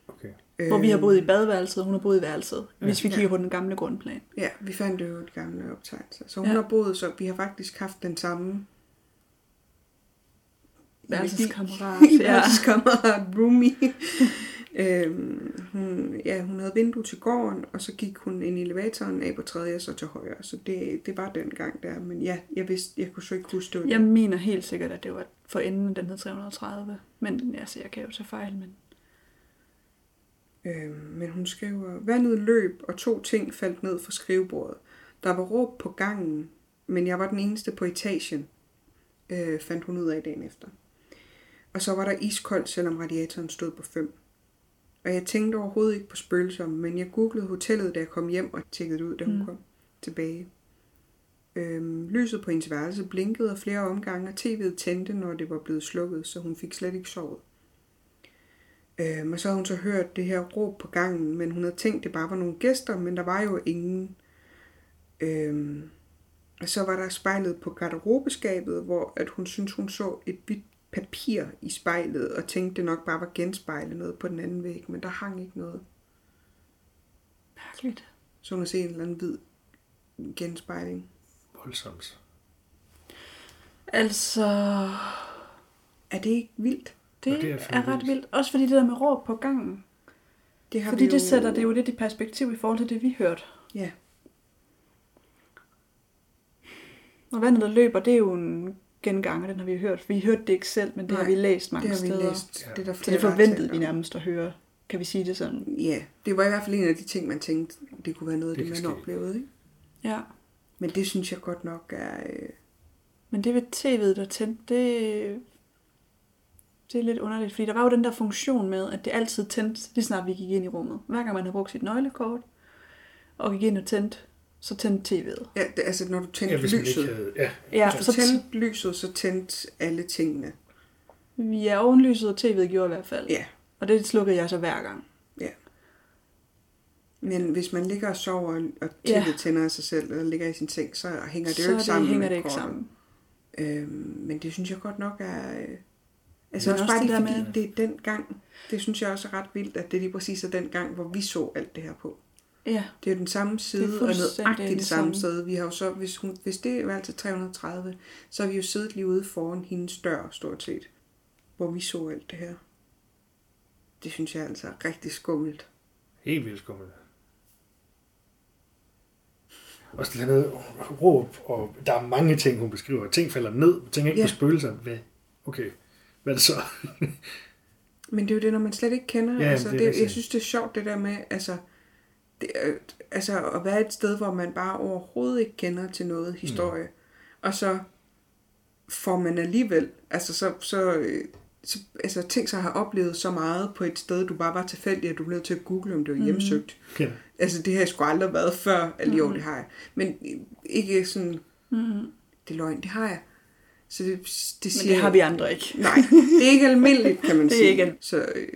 Okay.
Øh,
hvor vi har boet i badeværelset, og hun har boet i værelset, ja. hvis vi kigger på den gamle grundplan.
Ja, vi fandt jo et gamle optegnelser. Så hun
Ja.
ja. har boet, så vi har faktisk haft den samme
Værelseskammerat,
I
ja.
værelseskammerat, roomie. øhm, hun, ja, hun havde vindue til gården, og så gik hun ind i elevatoren af på tredje, og så til højre. Så det, det var den gang der. Men ja, jeg vidste, jeg kunne så ikke huske det. var
Jeg
det.
mener helt sikkert, at det var for enden, den hed 330. Men altså, jeg kan jo tage fejl, men...
Øhm, men hun skriver, vandet løb, og to ting faldt ned fra skrivebordet. Der var råb på gangen, men jeg var den eneste på etagen, øh, fandt hun ud af dagen efter. Og så var der iskoldt, selvom radiatoren stod på 5. Og jeg tænkte overhovedet ikke på spøgelser, men jeg googlede hotellet, da jeg kom hjem og tjekkede det ud, da hun mm. kom tilbage. Øhm, lyset på hendes værelse blinkede af flere omgange, og tv'et tændte, når det var blevet slukket, så hun fik slet ikke sovet. Øhm, og så havde hun så hørt det her råb på gangen, men hun havde tænkt, det bare var nogle gæster, men der var jo ingen. Øhm, og så var der spejlet på garderobeskabet, hvor at hun syntes, hun så et hvidt papir i spejlet, og tænkte, det nok bare var genspejlet noget på den anden væg, men der hang ikke noget.
Mærkeligt.
Så hun havde set en eller anden hvid genspejling.
Voldsomt.
Altså,
Er det ikke vildt?
det,
Og det er
det er,
fandme
er ret
vildt.
vildt. Også fordi det der med råb på gangen.
Det har
Fordi
vi
det sætter det jo lidt i perspektiv i forhold til det, vi hørte.
Ja,
Og vandet, der løber, det er jo en genganger, den har vi hørt. Vi hørte det ikke selv, men det har
Nej,
vi læst mange
det har vi
steder.
læst. Det er der
Så
flere
det forventede
artikler
vi
om.
nærmest at høre. Kan vi sige det sådan?
Ja, det var i hvert fald en af de ting, man tænkte, det kunne være noget af
Det
det, det
kan
man
ske.
oplevede. Ikke?
Ja.
Men det synes jeg godt nok er... Øh,
Men det ved tv'et, der tændte, det, det er lidt underligt, fordi der var jo den der funktion med, at det altid tændte, lige snart vi gik ind i rummet. Hver gang man havde brugt sit nøglekort, og gik ind og tændte, så tændte tv'et.
ja, det, altså når du tændte
Ja,
ja,
hvis man
lyset,
ikke havde... Ja,
Ja,
hvis
så
du
tændte
tændte lyset, så tændte alle tingene.
ja, ovenlyset og tv'et gjorde i hvert fald.
Ja.
Og det slukkede jeg så hver gang.
Men hvis man ligger og sover, og
Ja.
tv tænder af sig selv, eller ligger i sin seng, så hænger det
så
jo ikke sammen.
hænger
med
det ikke
kortet.
sammen.
Øhm, men det synes jeg godt nok er... Øh, altså
Men
også
også
bare
det
det,
der
fordi
med-
med... det er den gang. Det synes jeg også er ret vildt, at det lige præcis er den gang, hvor vi så alt det her på.
Ja,
Det er jo den samme side, og
fuldstændig
nøjagtigt
det
det samme
samme.
sted. Vi har jo så, hvis, hun, hvis det var altså 330, så har vi jo siddet lige ude foran hendes dør, stort set, hvor vi så alt det her. Det synes jeg altså er rigtig skummelt.
helt vildt skummel. Også det her med råb, og der er mange ting, hun beskriver. Ting falder ned, ting ikke
Ja.
på spøgelser. Hvad? Okay, hvad er det så?
Men det er jo det, når man slet ikke kender.
Ja,
Ja, altså,
det er
det,
rigtigt.
jeg synes, det er sjovt, det der med, altså, det, er- altså at være et sted, hvor man bare overhovedet ikke kender til
Mm.
noget historie. Og så får man alligevel, altså så, så, øh, så altså, tænk sig at have oplevet så meget på et sted, du bare var tilfældig, at du blev nødt til at google, om det
Mhm.
var hjemsøgt.
Ja.
Altså det har jeg sgu aldrig været før, eller
Mhm.
jo, det har jeg. Men øh, ikke sådan, mm-hmm. det er løgn, det har jeg. Så det, det
men
siger
det har
jeg-
vi andre ikke.
Nej, det er ikke almindeligt, kan man
Det er
sige.
ikke al-
Så øh,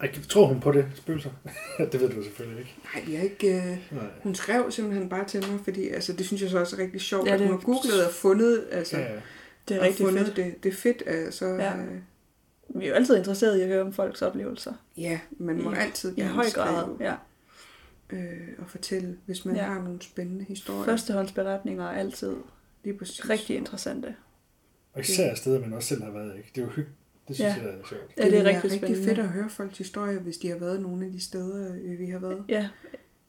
Ej, tror hun på det, spøgelser? det ved du selvfølgelig ikke.
nej, vi har ikke... Øh,
Nej.
hun skrev simpelthen bare til mig, fordi altså, det synes jeg så også er rigtig sjovt,
Ja,
ja, at
det-
hun har googlet og fundet, altså,
Ja,
ja,
ja.
Det er
og
rigtig
fundet
fedt.
det. Det er fedt, altså.
Ja.
Ja, øh,
Vi er jo altid interesserede i at høre om folks oplevelser.
ja man må
I-
altid
I
gerne
høj grad,
skrive
ja.
øh, og fortælle, hvis man
Ja.
ja. har nogle spændende historier.
Førstehåndsberetninger er altid
lige præcis.
rigtig interessante.
Og især steder, man også selv har været, ikke? Det er jo hyggeligt. Det synes
Ja.
jeg er sjovt.
Ja, det er
ville være
rigtig, rigtig
rigtig
spændende.
fedt at høre folks historier, hvis de har været nogle af de steder, øh, vi har været.
Ja,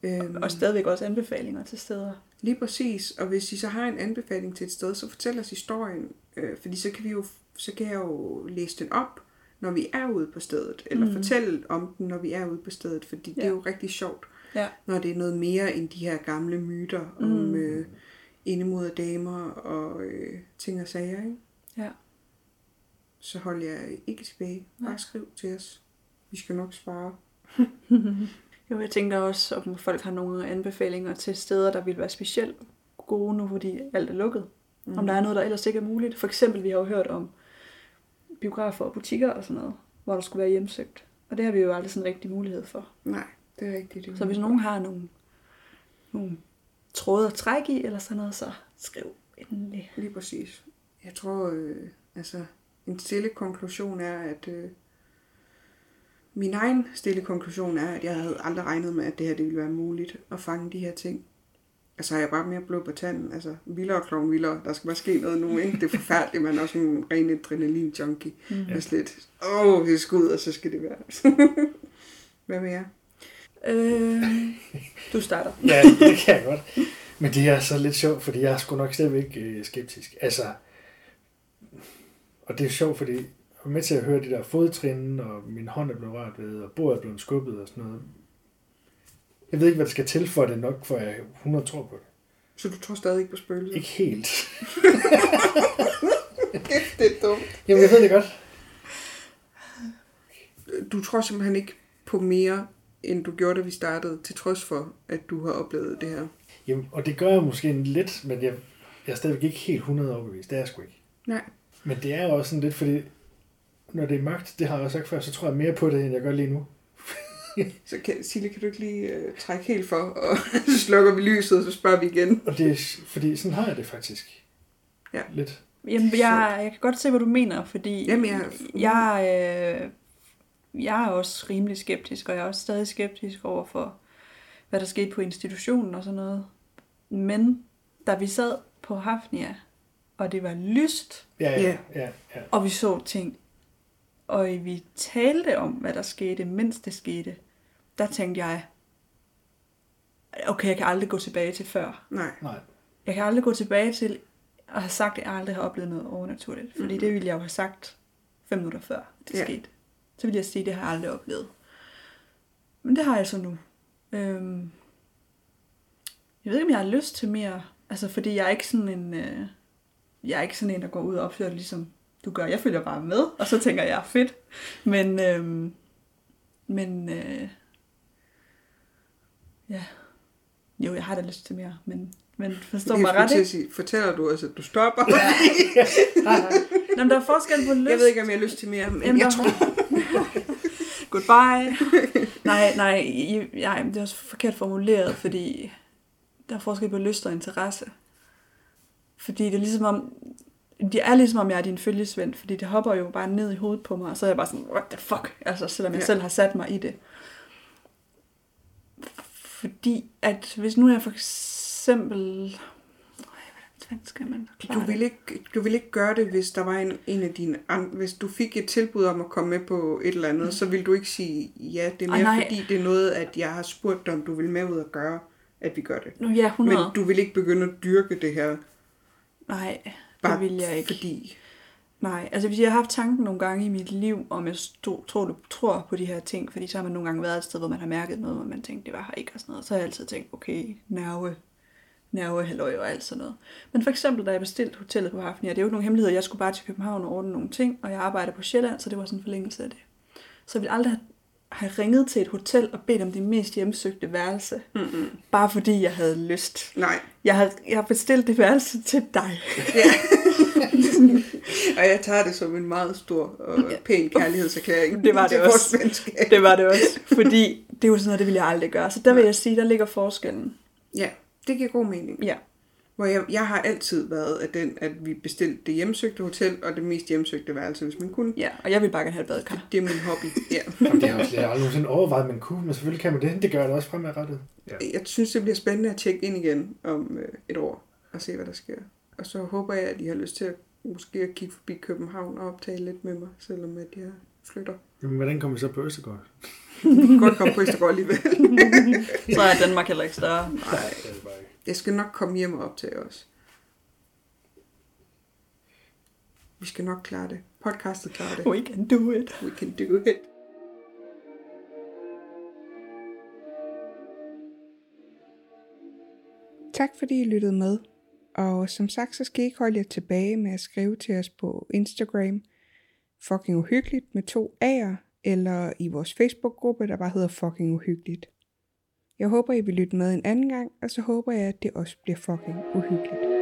Øhm,
Og stadigvæk også anbefalinger til steder.
Lige præcis, og hvis I så har en anbefaling til et sted, så fortæl os historien, øh, fordi så kan, vi jo, så kan jeg jo læse den op, når vi er ude på stedet, eller mm. fortælle om den, når vi er ude på stedet, fordi ja. det er
Mhm. Ja.
jo rigtig sjovt,
Ja. Mhm.
når det er noget mere end de her gamle myter mm. om øh, indemod damer og øh, ting og sager, ikke?
Ja.
så hold jeg ikke tilbage. Bare
Nej.
skriv til os. Vi skal nok svare.
Jo, jeg tænker også, om folk har nogle anbefalinger til steder, der vil være specielt gode nu, fordi alt er lukket. Mm. Om der er noget, der ellers ikke er muligt. For eksempel, vi har jo hørt om biografer og butikker og sådan noget, hvor der skulle være hjemsøgt. Og det har vi jo aldrig sådan rigtig mulighed for.
Nej, det er rigtigt. Det er
Så hvis nogen har nogle, nogle tråde at trække i eller sådan noget, så skriv endelig.
Lige præcis. Jeg tror, øh, altså, en stille konklusion er, at øh, min egen stille konklusion er, at jeg havde aldrig regnet med, at det her det ville være muligt at fange de her ting. Altså har jeg bare mere blå på tanden. Altså, vildere klokken vildere. Der skal bare ske noget nu, ikke? Det er forfærdeligt. Man er også en ren adrenalin-junkie. Mm. Altså lidt, åh, det skal ud, og så skal det være. Hvad med jer?
Øh, du starter.
Ja, det kan jeg godt. Men det er så lidt sjovt, fordi jeg er sgu nok stadigvæk øh, skeptisk. Altså, og det er sjovt, fordi jeg var med til at høre de der fodtrin, og min hånd er blevet rørt ved, og bordet er blevet skubbet og sådan noget. Jeg ved ikke, hvad der skal til for det nok, for jeg 100 tror på det.
Så du tror stadig ikke på spøgelser?
Ikke helt.
Kæft, det er dumt.
Jamen, jeg ved det godt.
du tror simpelthen ikke på mere, end du gjorde, da vi startede, til trods for, at du har oplevet det her.
Jamen, og det gør jeg måske en lidt, men jeg, jeg er stadigvæk ikke helt 100 overbevist. Det er jeg sgu ikke.
Nej.
Men det er jo også sådan lidt, fordi når det er mørkt, det har jeg sagt før, så tror jeg mere på det, end jeg gør lige nu.
Så kan, Sille, kan du ikke lige øh, trække helt for, og så slukker vi lyset, og så spørger vi igen.
Og det er, s- fordi sådan har jeg det faktisk.
Ja.
Lidt.
Jamen, jeg, jeg kan godt se, hvad du mener, fordi
Jamen, jeg-
jeg, øh, jeg er også rimelig skeptisk, og jeg er også stadig skeptisk over for, hvad der skete på institutionen og sådan noget. Men da vi sad på Hafnia, og det var lyst,
Ja, ja,
Ja.
ja. ja.
og vi så ting, og vi talte om, hvad der skete, mens det skete, der tænkte jeg, okay, jeg kan aldrig gå tilbage til før.
Nej.
Nej.
Jeg kan aldrig gå tilbage til at have sagt, at jeg aldrig har oplevet noget overnaturligt. Fordi det ville jeg jo have sagt fem minutter før det
Ja.
ja. skete. Så ville jeg sige, at det har jeg aldrig oplevet. Men det har jeg så nu. Øhm, jeg ved ikke, om jeg har lyst til mere. Altså, fordi jeg er ikke sådan en... Øh, jeg er ikke sådan en, der går ud og opfører det, ligesom du gør. Jeg følger bare med, og så tænker jeg, fedt. Men, øhm, men øh, ja, jo, jeg har da lyst til mere, men, men forstår mig
jeg skulle
ret,
til at
ikke?
sige, fortæller du os, at du stopper?
Nå, men der er forskel på lyst.
jeg ved ikke, om jeg har lyst til mere, men
Jamen,
jeg
der-
tror...
Goodbye. nej, nej, I- nej, det er også forkert formuleret, fordi der er forskel på lyst og interesse. Fordi det er ligesom om, det er ligesom om jeg er din følgesvend, fordi det hopper jo bare ned i hovedet på mig, og så er jeg bare sådan, what the fuck, altså selvom jeg
Ja.
ja. selv har sat mig i det. Fordi at hvis nu jeg for eksempel, Ej, hvordan skal man forklare
Du ville, ikke, du ville ikke gøre det, hvis der var en, en af dine... an- Hvis du fik et tilbud om at komme med på et eller andet, så ville du ikke sige, ja, det er
Ah,
mere,
Mm. nej.
fordi det er noget, at jeg har spurgt dig, om du vil med ud og gøre, at vi gør det.
det? Nu ja, 100.
Men du vil ikke begynde at dyrke det her,
Nej, det
bare
vil jeg ikke.
fordi...
Nej, altså hvis jeg har haft tanken nogle gange i mit liv, om jeg stod, tror, tror på de her ting, fordi så har man nogle gange været et sted, hvor man har mærket noget, hvor man tænkte, det var her ikke og sådan noget, så har jeg altid tænkt, okay, nerve, nerve, halløj og alt sådan noget. Men for eksempel, da jeg bestilte hotellet på Hafnia, det er jo ikke nogen hemmelighed, jeg skulle bare til København og ordne nogle ting, og jeg arbejder på Sjælland, så det var sådan en forlængelse af det. Så jeg ville aldrig have- have ringet til et hotel og bedt om det mest hjemsøgte værelse, Mm-mm. bare fordi jeg havde lyst.
Nej,
Jeg har, jeg har bestilt det værelse til dig.
Og jeg tager det som en meget stor og pæn kærlighedserklæring.
Det var det
til
også.
Vores venskab.
Det var det også. Fordi det er jo sådan noget, det ville jeg aldrig gøre. Så der vil jeg sige, der ligger forskellen.
Ja, det giver god mening.
Ja.
Hvor jeg, jeg har altid været af den, at vi bestilte det hjemsøgte hotel og det mest hjemsøgte værelse, hvis man kunne.
ja. Og jeg vil bare gerne have et badekar.
Det er min hobby. Ja.
Jamen, det har jeg også- jeg har aldrig nogensinde overvejet, at man kunne, men selvfølgelig kan man det. Det gør jeg da også fremadrettet.
Jeg synes, det bliver spændende at tjekke ind igen om øh, et år og se, hvad der sker. Og så håber jeg, at I har lyst til at måske at kigge forbi København og optage lidt med mig, selvom at jeg flytter.
Jamen, hvordan kommer vi så på Østergaard?
Vi kan godt komme på Østergaard alligevel.
Så er Danmark heller ikke større.
Nej,
Det er det bare ikke.
jeg skal nok komme hjem og optage os. Vi skal nok klare det. Podcastet klarer det.
We can do it.
We can do it. Tak fordi I lyttede med. Og som sagt, så skal I ikke holde jer tilbage med at skrive til os på Instagram. Fucking uhyggeligt med to A'er. Eller i vores Facebook-gruppe, der bare hedder Fucking uhyggeligt. Jeg håber, I vil lytte med en anden gang, og så håber jeg, at det også bliver fucking uhyggeligt.